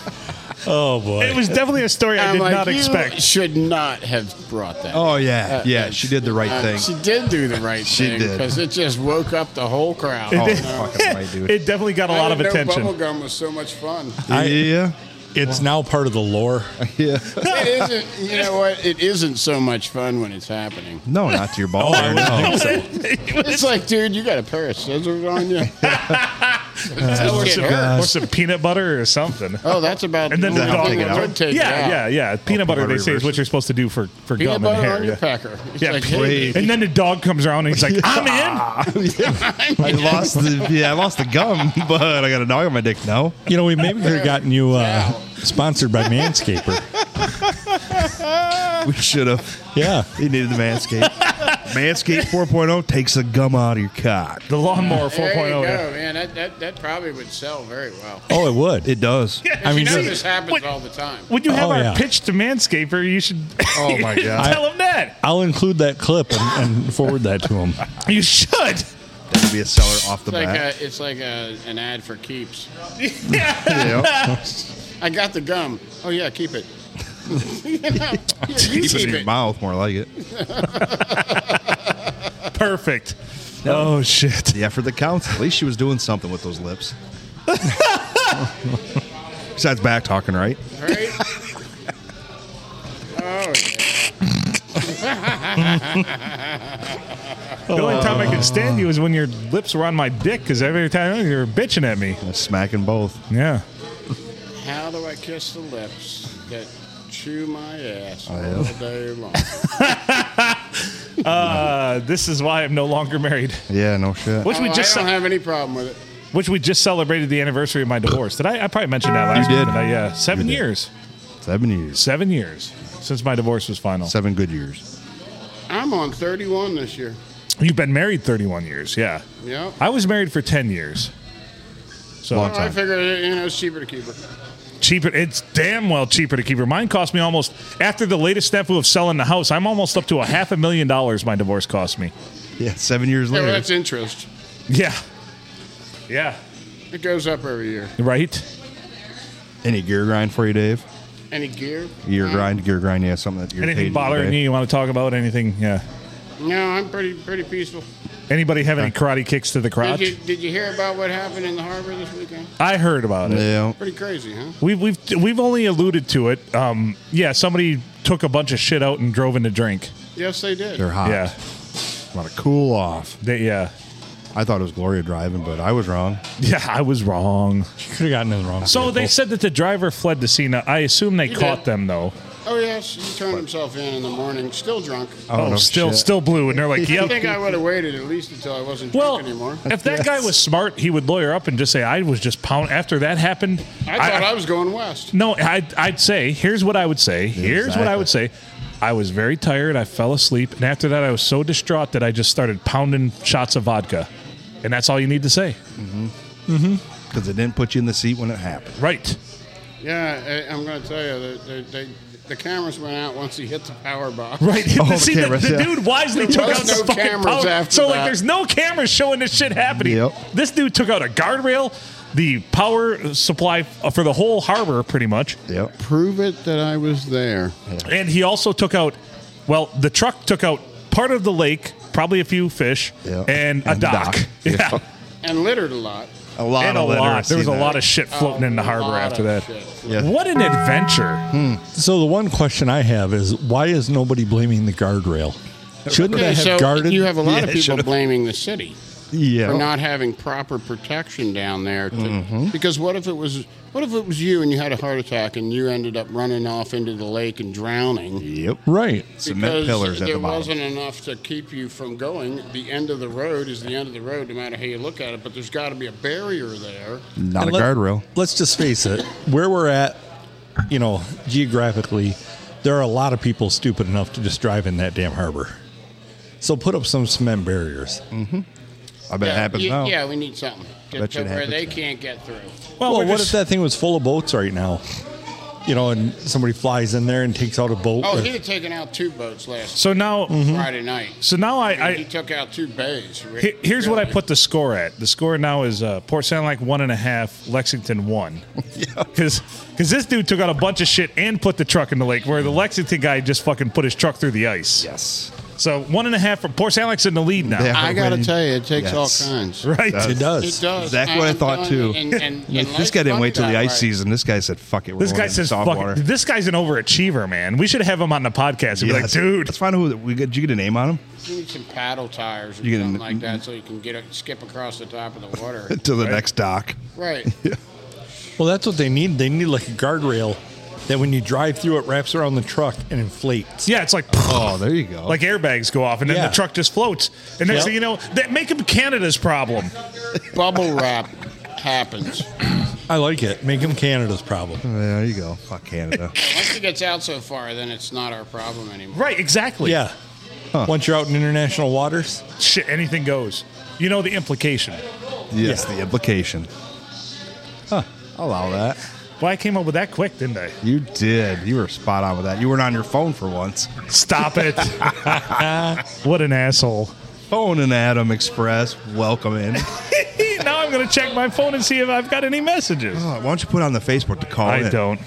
Speaker 1: Oh
Speaker 2: It
Speaker 1: boy.
Speaker 2: was definitely a story I
Speaker 7: I'm
Speaker 2: did
Speaker 7: like,
Speaker 2: not
Speaker 7: you
Speaker 2: expect.
Speaker 7: should not have brought that.
Speaker 3: Oh, yeah.
Speaker 7: Uh,
Speaker 3: yeah,
Speaker 7: uh,
Speaker 3: she did the right
Speaker 7: uh,
Speaker 3: thing.
Speaker 7: She did do the right
Speaker 3: She
Speaker 7: thing
Speaker 3: did.
Speaker 7: because it just woke up the whole crowd.
Speaker 3: oh,
Speaker 7: You know?
Speaker 3: fucking right, dude.
Speaker 2: It definitely got a lot
Speaker 7: I
Speaker 2: of
Speaker 7: didn't know
Speaker 2: attention.
Speaker 7: Bubblegum was so much fun.
Speaker 1: I-
Speaker 3: yeah.
Speaker 1: It's now part of the lore.
Speaker 3: Yeah.
Speaker 7: it isn't. You know what? It isn't so much fun when it's happening.
Speaker 3: No, not to your ball hair. No.
Speaker 7: It's like, dude, you got a pair of scissors on you.
Speaker 3: Uh,
Speaker 2: or,
Speaker 7: Just
Speaker 2: some,
Speaker 7: get hurt.
Speaker 2: or some peanut butter or something.
Speaker 7: Oh, that's about
Speaker 2: And then
Speaker 7: the
Speaker 2: the dog
Speaker 7: only thing
Speaker 2: gets
Speaker 7: that
Speaker 2: hurt.
Speaker 7: would take it
Speaker 2: yeah,
Speaker 7: out.
Speaker 2: yeah, yeah. Peanut butter,
Speaker 3: butter
Speaker 2: they say, is what
Speaker 3: reverse.
Speaker 2: you're supposed to do for, for
Speaker 7: Peanut
Speaker 2: gum and
Speaker 7: butter
Speaker 2: hair.
Speaker 7: on your
Speaker 2: yeah.
Speaker 7: pecker. It's
Speaker 2: Yeah,
Speaker 7: like,
Speaker 3: please.
Speaker 7: hey,
Speaker 2: And then the dog comes around and he's like, I'm in.
Speaker 3: I lost the yeah, I lost the gum, but I got a dog on my dick now.
Speaker 1: You know, we maybe could have gotten you uh, sponsored by Manscaper.
Speaker 3: We should have.
Speaker 1: Yeah.
Speaker 3: He needed the manscape. Manscaped 4.0 takes the gum out of your cock.
Speaker 2: The lawnmower 4.0.
Speaker 7: There you go,
Speaker 2: yeah.
Speaker 7: man. That, that, that probably would sell very well.
Speaker 1: Oh, it would.
Speaker 3: It does.
Speaker 7: I mean, you know
Speaker 2: see,
Speaker 7: this happens
Speaker 2: when,
Speaker 7: all the time.
Speaker 2: When you have
Speaker 1: Oh,
Speaker 2: our
Speaker 1: yeah.
Speaker 2: pitch to Manscaper, you should
Speaker 3: Oh, my
Speaker 2: you should
Speaker 3: God.
Speaker 2: tell him that.
Speaker 1: I'll include that clip and, and forward that to him.
Speaker 2: You should.
Speaker 3: That'd be a seller off the
Speaker 7: It's like,
Speaker 3: bat.
Speaker 7: a, it's like a, an ad for keeps.
Speaker 3: Yeah.
Speaker 7: I got the gum. Oh, yeah, keep it. you know, you
Speaker 3: Keep it
Speaker 7: keep
Speaker 3: in your
Speaker 7: it.
Speaker 3: mouth, more like it.
Speaker 2: Perfect. Oh shit!
Speaker 3: The effort that counts. At least she was doing something with those lips. Besides back talking, right?
Speaker 7: Right? oh, yeah.
Speaker 2: The only time I could stand you is when your lips were on my dick, because every time you were bitching at me.
Speaker 3: Smacking both.
Speaker 2: Yeah.
Speaker 7: How do I kiss the lips that chew my ass
Speaker 3: yeah.
Speaker 7: all day long?
Speaker 2: Uh, this is why I'm no longer married.
Speaker 3: Yeah, no shit.
Speaker 2: Which we
Speaker 7: Oh,
Speaker 2: just
Speaker 7: I don't
Speaker 2: ce-
Speaker 7: have any problem with it.
Speaker 2: which we just celebrated the anniversary of my divorce. Did I? I probably mentioned that last.
Speaker 3: You did.
Speaker 2: Time, but I, yeah, seven
Speaker 3: did.
Speaker 2: years.
Speaker 3: Seven years.
Speaker 2: Seven years since my divorce was final.
Speaker 3: Seven good years.
Speaker 7: I'm on 31 this year.
Speaker 2: You've been married 31 years. Yeah.
Speaker 7: Yep.
Speaker 2: I was married for 10 years. So
Speaker 3: Long
Speaker 7: Well, I figured, you know, it's cheaper to keep her.
Speaker 2: cheaper. It's damn well cheaper to keep her. Mine cost me almost after the latest snafu of selling the house. I'm almost up to a half a million dollars. My divorce cost me.
Speaker 3: Yeah, seven years
Speaker 7: Yeah, well,
Speaker 3: later.
Speaker 7: that's interest.
Speaker 2: Yeah, yeah,
Speaker 7: It goes up every year.
Speaker 2: right.
Speaker 3: Any gear grind for you, Dave?
Speaker 7: Any gear? Uh,
Speaker 3: Gear grind, gear grind. Yeah, something that you're
Speaker 2: Anything bothering you? You want to talk about anything? Yeah.
Speaker 7: No, I'm pretty pretty peaceful.
Speaker 2: Anybody have
Speaker 3: Uh,
Speaker 2: any karate kicks to the
Speaker 7: Did you,
Speaker 2: crotch?
Speaker 7: did you hear about what happened in the harbor this weekend?
Speaker 2: I heard about it.
Speaker 3: Yeah.
Speaker 7: Pretty crazy, huh?
Speaker 2: We've we've we've only alluded to it. Um, yeah, somebody took a bunch of shit out and drove in a drink.
Speaker 7: Yes, they did.
Speaker 3: They're hot.
Speaker 2: Yeah,
Speaker 3: Want to cool off.
Speaker 2: They- yeah,
Speaker 3: I thought it was Gloria driving, but I was wrong.
Speaker 2: yeah. I was wrong.
Speaker 1: Could have gotten in the wrong.
Speaker 2: So they
Speaker 1: vehicle.
Speaker 2: said that the driver fled the scene. I assume they
Speaker 7: He
Speaker 2: caught
Speaker 7: did.
Speaker 2: them though.
Speaker 7: Oh, yes. He turned himself in in the morning, still drunk.
Speaker 2: Oh,
Speaker 3: no
Speaker 2: still
Speaker 3: shit.
Speaker 2: still blue, and they're like,
Speaker 7: I think I
Speaker 2: "Yep."
Speaker 7: would have waited at least until I wasn't
Speaker 2: Well,
Speaker 7: drunk anymore.
Speaker 2: if that guy was smart, he would lawyer up and just say, "I was just pound." After that happened,
Speaker 7: I thought I, was going west.
Speaker 2: no. I'd, I'd say, "Here's what I would say. Here's what I
Speaker 3: exactly.
Speaker 2: would say." I was very tired. I fell asleep, and after that, I was so distraught that I just started pounding shots of vodka, and that's all you need to say,
Speaker 3: because it didn't put you in the seat when it happened.
Speaker 2: right?
Speaker 7: Yeah, I, I'm going to tell you, the, the, the, the cameras went out once he hit the power box.
Speaker 2: Right.
Speaker 3: the
Speaker 2: See, the,
Speaker 3: cameras,
Speaker 2: the
Speaker 3: yeah.
Speaker 2: dude wisely took
Speaker 7: was
Speaker 2: out
Speaker 7: no
Speaker 2: the fucking
Speaker 7: cameras
Speaker 2: power-
Speaker 7: after
Speaker 2: So like,
Speaker 7: that.
Speaker 2: there's no cameras showing this shit happening.
Speaker 3: Yep.
Speaker 2: This dude took out a guardrail, the power supply f- for the whole harbor, pretty much,
Speaker 3: Yep.
Speaker 7: Prove it that I was there.
Speaker 2: and he also took out. Well, the truck took out part of the lake, probably a few fish,
Speaker 3: Yep.
Speaker 2: and a
Speaker 3: And the
Speaker 2: dock.
Speaker 3: dock.
Speaker 2: Yeah.
Speaker 3: Yeah.
Speaker 7: And littered a lot.
Speaker 3: A lot
Speaker 2: And a
Speaker 3: of litter.
Speaker 2: lot.
Speaker 3: I've
Speaker 2: There was a
Speaker 3: seen
Speaker 2: lot
Speaker 3: that.
Speaker 2: of shit floating in the
Speaker 7: Oh, A
Speaker 2: harbor
Speaker 7: lot
Speaker 2: after
Speaker 7: of
Speaker 2: that.
Speaker 7: shit.
Speaker 3: Yeah.
Speaker 2: What an adventure!
Speaker 1: Hmm. So the one question I have is why is nobody blaming the guardrail? Shouldn't
Speaker 7: Okay,
Speaker 1: they have
Speaker 7: so
Speaker 1: guarded?
Speaker 7: you have a
Speaker 3: Yeah,
Speaker 7: lot of
Speaker 3: Oh.
Speaker 7: people
Speaker 3: should've-
Speaker 7: blaming the city
Speaker 3: Yeah.
Speaker 7: for not having proper protection down there. To,
Speaker 3: Mm-hmm.
Speaker 7: Because what if it was what if it was you and you had a heart attack and you ended up running off into the lake and drowning?
Speaker 3: Yep.
Speaker 1: right.
Speaker 3: Cement
Speaker 7: because
Speaker 3: pillars at
Speaker 7: there
Speaker 3: the bottom.
Speaker 7: wasn't enough to keep you from going. The end of the road is the end of the road, no matter how you look at it. But there's got to be a barrier there.
Speaker 3: Not a
Speaker 1: let-
Speaker 3: guardrail.
Speaker 1: Let's just face it. Where we're at, you know, geographically, there are a lot of people stupid enough to just drive in that damn harbor. So put up some cement barriers.
Speaker 3: I bet it happens
Speaker 7: you-
Speaker 3: now.
Speaker 7: Yeah, we need something to,
Speaker 3: Bet you
Speaker 7: to
Speaker 3: it
Speaker 7: where
Speaker 3: happens
Speaker 7: they
Speaker 3: now.
Speaker 7: can't get through.
Speaker 2: Well,
Speaker 1: Well,
Speaker 2: we're
Speaker 1: what
Speaker 2: just-
Speaker 1: if that thing was full of boats right now? You know, and somebody flies in there and takes out a boat.
Speaker 7: Oh,
Speaker 1: or-
Speaker 7: he had taken out two boats last
Speaker 2: So now,
Speaker 1: Mm-hmm.
Speaker 3: Mm-hmm.
Speaker 7: Friday night.
Speaker 2: so now I, I
Speaker 7: he took out two bays. re-
Speaker 2: Here- Here's what I
Speaker 7: really.
Speaker 2: put the score at. The score now is uh, Port Sound like one and a half, Lexington one. Because this dude took out a bunch of shit and put the truck in the lake, where the Lexington guy just fucking put his truck through the ice.
Speaker 3: Yes.
Speaker 2: So one and a half for Port Sound Like's in the lead now.
Speaker 3: Yeah.
Speaker 7: I gotta
Speaker 3: When-
Speaker 7: tell you, it takes all
Speaker 3: Yes.
Speaker 7: kinds.
Speaker 2: Right?
Speaker 1: it
Speaker 7: It
Speaker 1: does.
Speaker 7: does.
Speaker 3: Exactly what I
Speaker 7: I'm
Speaker 3: thought,
Speaker 7: telling you,
Speaker 3: too.
Speaker 7: and- and- and
Speaker 3: this
Speaker 7: life
Speaker 3: guy didn't wait
Speaker 7: fucked
Speaker 3: till the
Speaker 7: that
Speaker 3: ice
Speaker 7: way.
Speaker 3: season. This guy said, "Fuck it." We're
Speaker 2: This
Speaker 3: going
Speaker 2: guy
Speaker 3: in
Speaker 2: says,
Speaker 3: soft
Speaker 2: fuck
Speaker 3: water."
Speaker 2: it. This guy's an overachiever, man. We should have him on the podcast and be like,
Speaker 3: Yes.
Speaker 2: dude.
Speaker 3: let's find out who that- we got. Did you get a name on him
Speaker 7: You need some paddle tires or
Speaker 3: You get
Speaker 7: something
Speaker 3: an-
Speaker 7: like that, so you can get a, skip across the top of the water.
Speaker 3: to the next dock?
Speaker 7: right.
Speaker 1: Well, that's what they need. They need like a guardrail that when you drive through it wraps around the truck and inflates.
Speaker 2: Yeah, it's like,
Speaker 3: Oh, there you go.
Speaker 2: like airbags go off, and then
Speaker 1: Yeah.
Speaker 2: the truck just floats. And next
Speaker 1: Yep.
Speaker 2: thing you know, that make him Canada's problem.
Speaker 7: Bubble wrap happens.
Speaker 1: I like it. Make them Canada's problem.
Speaker 3: there you go. Fuck Canada.
Speaker 7: Once it gets out so far, then it's not our problem anymore.
Speaker 2: Right? Exactly.
Speaker 1: Yeah. Once you're out in international waters,
Speaker 2: Shit, anything goes. You know the implication.
Speaker 3: yes,
Speaker 1: Yeah.
Speaker 3: the implication. Huh? I'll Allow that.
Speaker 2: Well, I came up with that quick, didn't I?
Speaker 3: You did. You were spot on with that. You weren't on your phone for once.
Speaker 2: Stop it. what an asshole.
Speaker 3: Phone and Adam Express, welcome in.
Speaker 2: now I'm going to check my phone and see if I've got any messages.
Speaker 3: Oh, why don't you put on the Facebook to call
Speaker 2: I
Speaker 3: in?
Speaker 2: don't.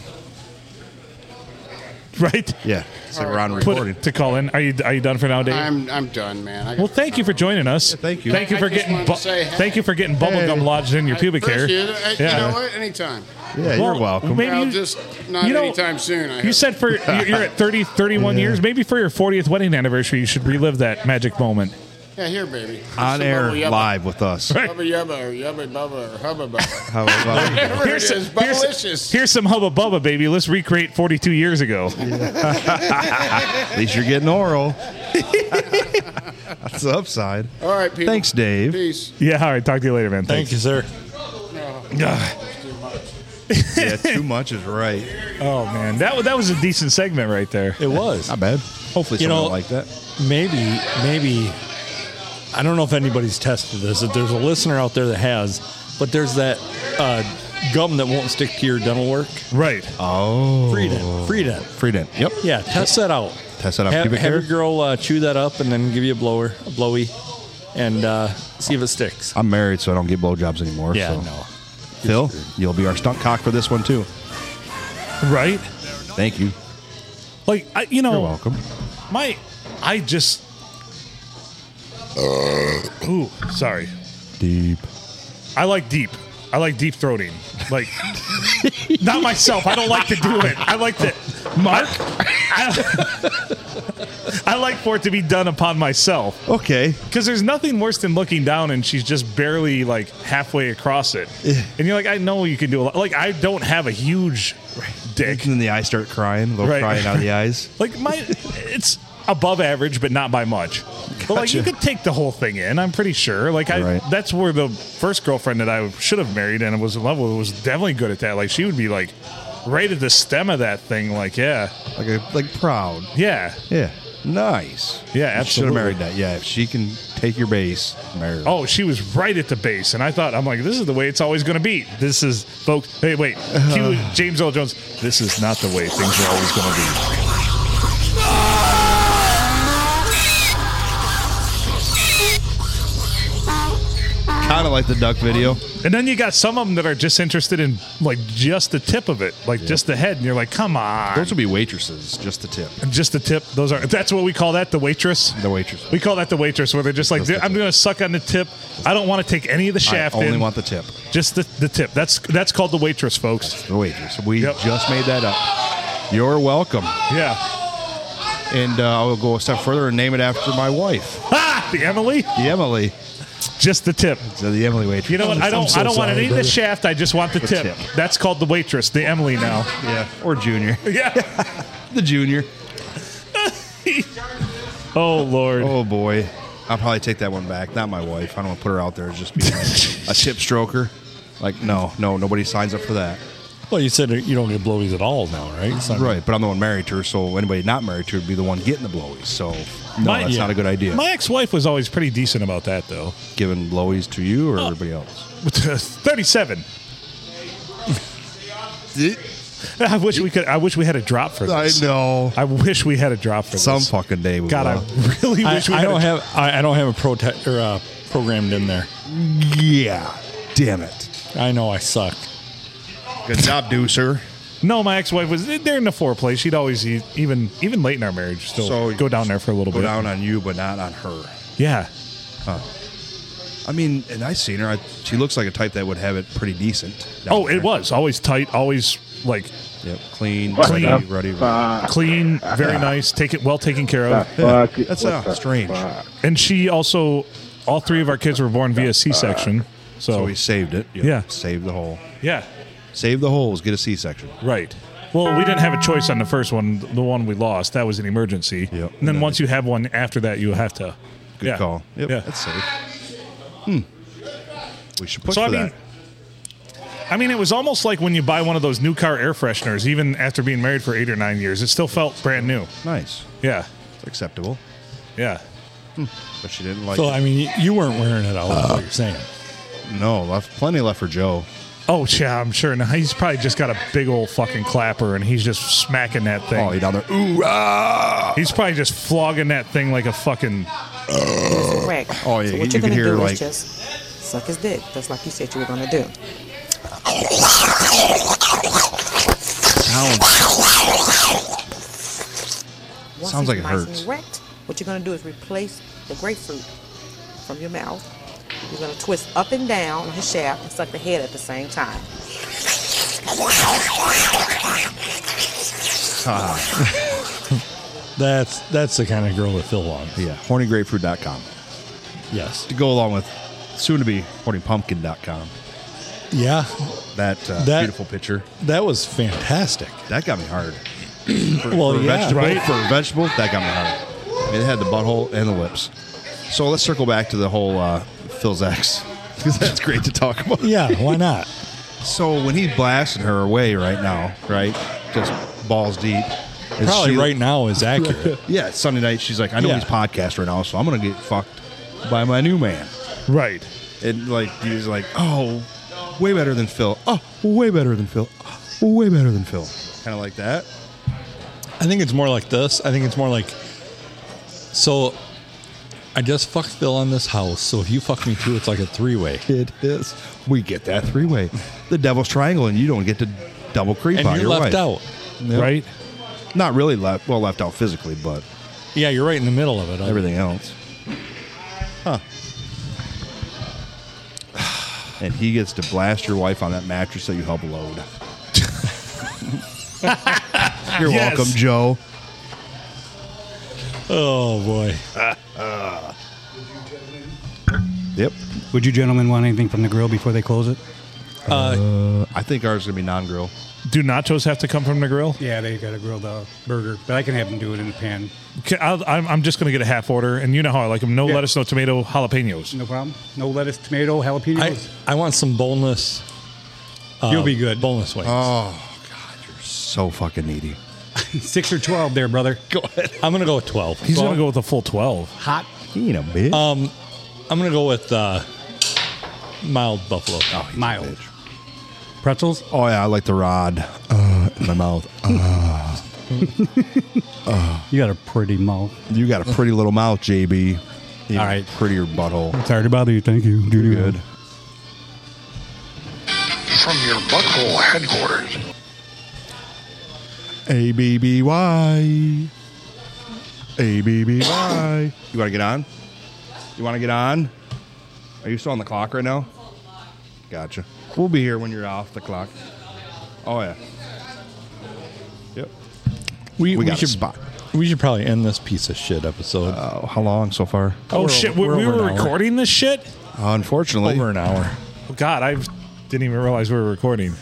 Speaker 2: right?
Speaker 3: Yeah. So we're on
Speaker 2: Put
Speaker 3: recording.
Speaker 2: it to call in. Are you are you done for now, Dave?
Speaker 7: I'm I'm done, man. I
Speaker 2: well, thank you for joining us.
Speaker 3: thank you.
Speaker 2: Thank you
Speaker 7: I
Speaker 2: for
Speaker 7: just
Speaker 2: getting
Speaker 7: wanted to
Speaker 2: bu-
Speaker 7: say, hey.
Speaker 2: thank you for getting bubble gum
Speaker 3: Hey.
Speaker 2: lodged in your pubic hair.
Speaker 7: appreciate it. I-
Speaker 2: Yeah.
Speaker 7: You know what? Anytime.
Speaker 3: Yeah,
Speaker 2: Well,
Speaker 3: you're welcome.
Speaker 2: maybe
Speaker 7: Well,
Speaker 2: you-
Speaker 7: just not
Speaker 2: you know,
Speaker 7: anytime soon. I
Speaker 2: You
Speaker 7: hope.
Speaker 2: said for you're you're at 30, 31 years. Maybe for your 40th wedding anniversary, you should relive that magic moment.
Speaker 7: yeah, here, baby.
Speaker 3: on
Speaker 7: Some
Speaker 3: air
Speaker 7: bubba yubba.
Speaker 3: live with us.
Speaker 2: Right.
Speaker 7: Hubba yubba or yubba bubba or hubba bubba.
Speaker 3: How about-
Speaker 7: Whatever it
Speaker 2: some-
Speaker 7: is,
Speaker 2: here's,
Speaker 7: bubblicious.
Speaker 2: here's some Hubba Bubba, baby. Let's recreate 42 years ago.
Speaker 3: At least you're getting oral. That's the upside.
Speaker 7: All right, people.
Speaker 3: Thanks, Dave.
Speaker 7: Peace.
Speaker 2: Yeah, all right. Talk to you later, man.
Speaker 1: Thank you, sir.
Speaker 3: Yeah, too much is right.
Speaker 2: Oh, man. That, wa- that was a decent segment right there.
Speaker 1: It was.
Speaker 3: Not bad. Hopefully,
Speaker 1: You
Speaker 3: someone
Speaker 1: know-
Speaker 3: will like that.
Speaker 1: Uh, maybe maybe I don't know if anybody's tested this. If there's a listener out there that has, but there's that uh, gum that won't stick to your dental work.
Speaker 2: Right.
Speaker 3: Oh,
Speaker 1: Freedent, freedent.
Speaker 3: Freedom. Yep.
Speaker 1: Yeah, test that out.
Speaker 3: Test that out.
Speaker 1: Have,
Speaker 3: Pubic
Speaker 1: have
Speaker 3: hair?
Speaker 1: your girl uh, chew that up and then give you a blower, a blowy, and uh, see if it sticks.
Speaker 3: I'm married, so I don't get blowjobs anymore.
Speaker 1: Yeah,
Speaker 3: so.
Speaker 1: no.
Speaker 3: Phil, you'll be our stunt cock for this one too.
Speaker 2: Right.
Speaker 3: Thank you.
Speaker 2: Like, I, you know,
Speaker 3: You're welcome.
Speaker 2: my, I just. Ooh, sorry.
Speaker 3: Deep.
Speaker 2: I like deep. I like deep throating. Like, not myself. I don't like to do it. I like that. Mark? I, I like for it to be done upon myself.
Speaker 3: Okay.
Speaker 2: Because there's nothing worse than looking down and she's just barely like halfway across it. And you're like, I know you can do a lot. Like, I don't have a huge dick.
Speaker 3: And then the eyes start crying, a little
Speaker 2: Right.
Speaker 3: crying out of the eyes.
Speaker 2: Like, my, it's above average, but not by much. But like, you
Speaker 3: Gotcha.
Speaker 2: could take the whole thing in, I'm pretty sure. Like, I,
Speaker 3: Right.
Speaker 2: that's where the first girlfriend that I should have married and was in love with was definitely good at that. Like, she would be like, right at the stem of that thing. Like, yeah,
Speaker 3: Like a, like proud.
Speaker 2: yeah.
Speaker 3: Yeah. Nice.
Speaker 2: Yeah,
Speaker 3: Should have
Speaker 2: absolutely.
Speaker 3: married that. Yeah. If she can take your base, marry her.
Speaker 2: Oh, she was right at the base, and I thought, I'm like, this is the way it's always going to be. This is, folks. Hey, wait, Cue
Speaker 3: Uh-huh.
Speaker 2: James Earl Jones. This is not the way things are always going to be.
Speaker 3: Kind of like the duck video.
Speaker 2: And then you got some of them that are just interested in like just the tip of it, like just the head, and you're like, come on,
Speaker 3: Those would be waitresses, just the tip.
Speaker 2: just the tip. Those are that's what we call that, the waitress.
Speaker 3: The waitress.
Speaker 2: We call that the waitress, where they're just like,
Speaker 3: Just the
Speaker 2: I'm
Speaker 3: tip.
Speaker 2: going to suck on the tip. I don't want to take any of the shaft
Speaker 3: I only
Speaker 2: in.
Speaker 3: want the tip.
Speaker 2: just the, the tip. That's that's called the waitress, folks.
Speaker 3: The waitress. We
Speaker 2: Yep.
Speaker 3: just made that up. You're welcome.
Speaker 2: Yeah.
Speaker 3: And uh, I'll go a step further and name it after my wife,
Speaker 2: Ha! The Emily,
Speaker 3: the Emily.
Speaker 2: just the tip.
Speaker 3: So the Emily waitress.
Speaker 2: You know what? I don't.
Speaker 1: so
Speaker 2: I don't want
Speaker 1: sorry,
Speaker 2: any of the
Speaker 1: brother.
Speaker 2: shaft. I just want the tip.
Speaker 3: tip.
Speaker 2: That's called the waitress, the Emily now.
Speaker 3: Yeah. Or junior.
Speaker 2: Yeah.
Speaker 3: the junior.
Speaker 2: oh Lord.
Speaker 3: Oh boy, I'll probably take that one back. Not my wife. I don't want to put her out there as just being like a tip stroker. Like no, no, nobody signs up for that.
Speaker 1: Well, you said you don't get blowies at all now, right? So,
Speaker 3: Right, but I'm the one married to her, so anybody not married to her would be the one getting the blowies. So no,
Speaker 2: My-
Speaker 3: that's
Speaker 2: yeah.
Speaker 3: not a good idea.
Speaker 2: My ex-wife was always pretty decent about that, though.
Speaker 3: Giving blowies to you
Speaker 2: Oh.
Speaker 3: or everybody else.
Speaker 2: Thirty-seven. I wish we could. I wish we had a drop for this.
Speaker 3: know.
Speaker 2: I wish we had a drop for
Speaker 3: Some
Speaker 2: this.
Speaker 3: fucking day. We
Speaker 2: God, I
Speaker 3: will.
Speaker 2: really
Speaker 1: I,
Speaker 2: wish we
Speaker 1: I
Speaker 2: had.
Speaker 1: don't
Speaker 2: a,
Speaker 1: have. I, I don't have a prote- or, uh, programmed in there.
Speaker 3: yeah. Damn it.
Speaker 1: I know I suck.
Speaker 3: Good job, Deucer.
Speaker 2: no, my ex-wife was there in the foreplay. She'd always e- even even late in our marriage still
Speaker 3: So-
Speaker 2: go down there for a little
Speaker 3: Go
Speaker 2: bit.
Speaker 3: down on you, but not on her.
Speaker 2: Yeah.
Speaker 3: I mean, and I seen her. I, she looks like a type that would have it pretty decent. down
Speaker 2: Oh,
Speaker 3: there.
Speaker 2: it was always tight, always like
Speaker 3: Yep, clean,
Speaker 2: Clean.
Speaker 3: ready, ready, ready.
Speaker 2: clean, very nice, take it well taken care of.
Speaker 8: Fuck it.
Speaker 3: That's
Speaker 8: What
Speaker 3: uh,
Speaker 8: the
Speaker 3: strange.
Speaker 8: fuck?
Speaker 2: And she also, all three of our kids were born via C-section.
Speaker 3: So
Speaker 2: So
Speaker 3: we saved it. Yep.
Speaker 2: Yeah.
Speaker 3: Save the hole.
Speaker 2: yeah,
Speaker 3: Save the holes. Get a C section.
Speaker 2: right. Well, we didn't have a choice on the first one. The one we lost, that was an emergency.
Speaker 3: Yep.
Speaker 2: And then once you have one after that, you have to.
Speaker 3: Good
Speaker 2: yeah.
Speaker 3: call. Yep.
Speaker 2: Yeah.
Speaker 3: That's safe. Hmm. We should push
Speaker 2: So
Speaker 3: for
Speaker 2: I mean,
Speaker 3: that.
Speaker 2: I mean, it was almost like when you buy one of those new car air fresheners, even after being married for eight or nine years, it still felt brand new.
Speaker 3: Nice.
Speaker 2: Yeah,
Speaker 3: It's acceptable.
Speaker 2: yeah.
Speaker 3: But she didn't like
Speaker 1: So
Speaker 3: it. Uh,
Speaker 1: I mean, you weren't wearing it out. is what you're saying?
Speaker 3: no, left plenty left for Joe.
Speaker 2: Oh yeah, I'm sure. Now he's probably just got a big old fucking clapper, and he's just smacking that thing.
Speaker 3: Oh, he down there. Ooh, ah!
Speaker 2: He's probably just flogging that thing like a fucking.
Speaker 9: Correct.
Speaker 3: Oh, yeah, you-
Speaker 9: So what
Speaker 3: you
Speaker 9: you're
Speaker 3: can
Speaker 9: gonna
Speaker 3: hear,
Speaker 9: do
Speaker 3: like-
Speaker 9: is just suck his dick, just like you said you were gonna do.
Speaker 3: Sounds.
Speaker 9: Once
Speaker 3: Sounds
Speaker 9: it's
Speaker 3: like it
Speaker 9: nice
Speaker 3: hurts.
Speaker 9: and erect, what you're going to do is replace the grapefruit from your mouth. You're going to twist up and down his shaft and suck the head at the same time.
Speaker 1: That's that's the kind of girl that Phil wants.
Speaker 3: Yeah, hornygrapefruit.com.
Speaker 1: Yes.
Speaker 3: To go along with soon to be hornypumpkin.com.
Speaker 1: Yeah.
Speaker 3: That, uh,
Speaker 1: That-
Speaker 3: beautiful picture.
Speaker 1: That was fantastic.
Speaker 3: That got me hard.
Speaker 1: well, yeah.
Speaker 3: For vegetable,
Speaker 1: right?
Speaker 3: for a vegetable, that got me hard. It had the butthole and the lips. So let's circle back to the whole uh, Phil's ex. 'Cause that's great to talk about.
Speaker 1: Yeah. Why not?
Speaker 3: So when he's blasting her away right now, right? Just balls deep. is
Speaker 1: Probably
Speaker 3: she-
Speaker 1: right now is accurate.
Speaker 3: Yeah, it's Sunday night. She's like, I know
Speaker 1: Yeah.
Speaker 3: he's podcast right now, so I'm gonna get fucked by my new man.
Speaker 2: Right.
Speaker 3: And like he's like, oh, way better than Phil. Oh, way better than Phil. Oh, way better than Phil. Kind of like that.
Speaker 1: I think it's more like this. I think it's more like. So, I just fucked Phil on this house. So if you fuck me too, it's like a three-way.
Speaker 3: It is. We get that three way. The Devil's Triangle, and you don't get to double creep
Speaker 1: And
Speaker 3: on
Speaker 1: you're
Speaker 3: your
Speaker 1: left
Speaker 3: wife.
Speaker 1: out.
Speaker 3: Yep.
Speaker 2: Right.
Speaker 3: Not really left. Well, left out physically, but
Speaker 1: Yeah, you're right in the middle of it. I-
Speaker 3: everything else. Huh. And he gets to blast your wife on that mattress that you help load. You're
Speaker 2: Yes.
Speaker 3: welcome, Joe.
Speaker 1: Oh boy.
Speaker 3: Yep.
Speaker 6: Would you gentlemen want anything from the grill before they close it?
Speaker 3: I think ours is gonna be non-grill.
Speaker 2: Do nachos have to come from the grill?
Speaker 6: Yeah, they got a grilled uh, burger, but I can have them do it in the pan.
Speaker 2: Okay, I'll, I'm, I'm just going to get a half order, and you know how I like them: no
Speaker 6: Yeah.
Speaker 2: lettuce, no tomato, jalapenos.
Speaker 6: No problem. No lettuce, tomato,
Speaker 1: I
Speaker 6: jalapenos.
Speaker 1: I want some boneless. uh,
Speaker 6: You'll be good. Oh.
Speaker 1: Boneless wings.
Speaker 3: So fucking needy.
Speaker 6: Six or twelve, there, brother.
Speaker 1: I'm gonna go with twelve.
Speaker 2: He's going to go with a full twelve.
Speaker 6: Oh,
Speaker 3: Hot. He ain't a bitch.
Speaker 1: Um, I'm gonna go with uh, mild buffalo.
Speaker 3: oh, he's a
Speaker 6: mild.
Speaker 3: bitch.
Speaker 6: Pretzels.
Speaker 3: Oh yeah, I like the rod uh, in my mouth. Uh,
Speaker 6: You got a pretty mouth.
Speaker 3: you got a pretty little mouth, JB. Even
Speaker 6: All right.
Speaker 3: prettier butthole.
Speaker 6: Sorry to bother you. Thank you. Do
Speaker 3: You're good.
Speaker 8: From your butthole headquarters.
Speaker 3: A B B Y. A B B Y. You want to get on? You want to get on? Are you still on the clock right now? Gotcha. We'll be here when you're off the clock. Oh yeah. Yep. We got a spot.
Speaker 1: We should probably end this piece of shit episode.
Speaker 3: Oh, how long so far?
Speaker 2: Oh shit, we,
Speaker 1: we're
Speaker 2: we
Speaker 1: over
Speaker 2: were
Speaker 1: an hour.
Speaker 2: recording this shit.
Speaker 3: Unfortunately,
Speaker 1: Over an hour.
Speaker 2: Oh, God, I didn't even realize we were recording.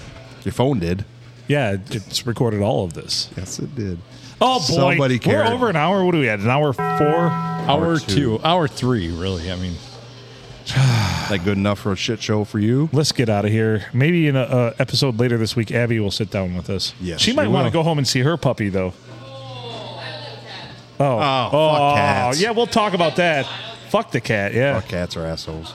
Speaker 3: your phone did.
Speaker 2: Yeah, it- it's recorded all of this.
Speaker 3: Yes, it did.
Speaker 2: Oh boy,
Speaker 3: Somebody cared.
Speaker 2: we're over an hour. What do we at? An hour four? Uh,
Speaker 1: Hour
Speaker 3: two.
Speaker 1: two. Hour three, really. I mean,
Speaker 3: That good enough for a shit show for you?
Speaker 2: Let's get out of here. Maybe in a, a episode later this week, Abby will sit down with us.
Speaker 3: Yes,
Speaker 2: she
Speaker 3: she
Speaker 2: might want
Speaker 3: will.
Speaker 2: to go home and see her puppy though. Oh,
Speaker 3: Oh, fuck cats.
Speaker 2: yeah, we'll talk about that. Fuck the cat. Yeah,
Speaker 3: Our cats are assholes.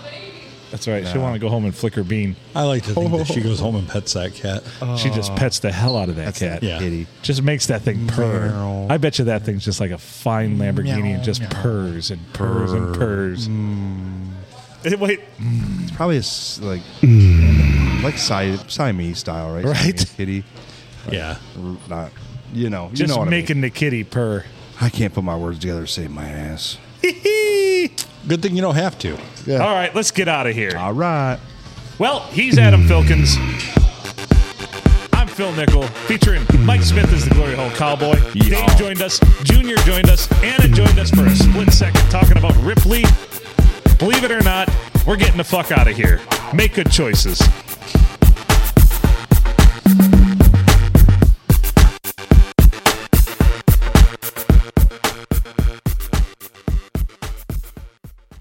Speaker 2: that's right. She'll want to go home and flick her bean.
Speaker 1: I like to think that she goes home and pets that cat.
Speaker 3: Oh.
Speaker 2: She just pets the hell out of that cat.
Speaker 1: Yeah.
Speaker 3: Kitty.
Speaker 2: Just makes that thing purr.
Speaker 3: Meow.
Speaker 2: I bet you that thing's just like a fine Lamborghini and just purrs and purrs and purrs. Eh, Wait,
Speaker 3: It's probably a s like
Speaker 2: Mm.
Speaker 3: like Si- Siamese style, right?
Speaker 2: Right.
Speaker 3: Siamese kitty.
Speaker 1: Yeah.
Speaker 3: Not you know. you
Speaker 2: just
Speaker 3: know what
Speaker 2: making the kitty purr.
Speaker 3: I, mean. I can't put my words together to save my ass.
Speaker 1: Good thing you don't have to.
Speaker 2: All right, let's get out of here.
Speaker 3: All right.
Speaker 2: Well, he's Adam Filkins. I'm Phil Nickel, featuring Mike Smith as the Glory Hole Cowboy. Dave joined us, Junior joined us, Anna joined us for a split second talking about Ripley. Believe it or not, we're getting the fuck out of here. Make good choices.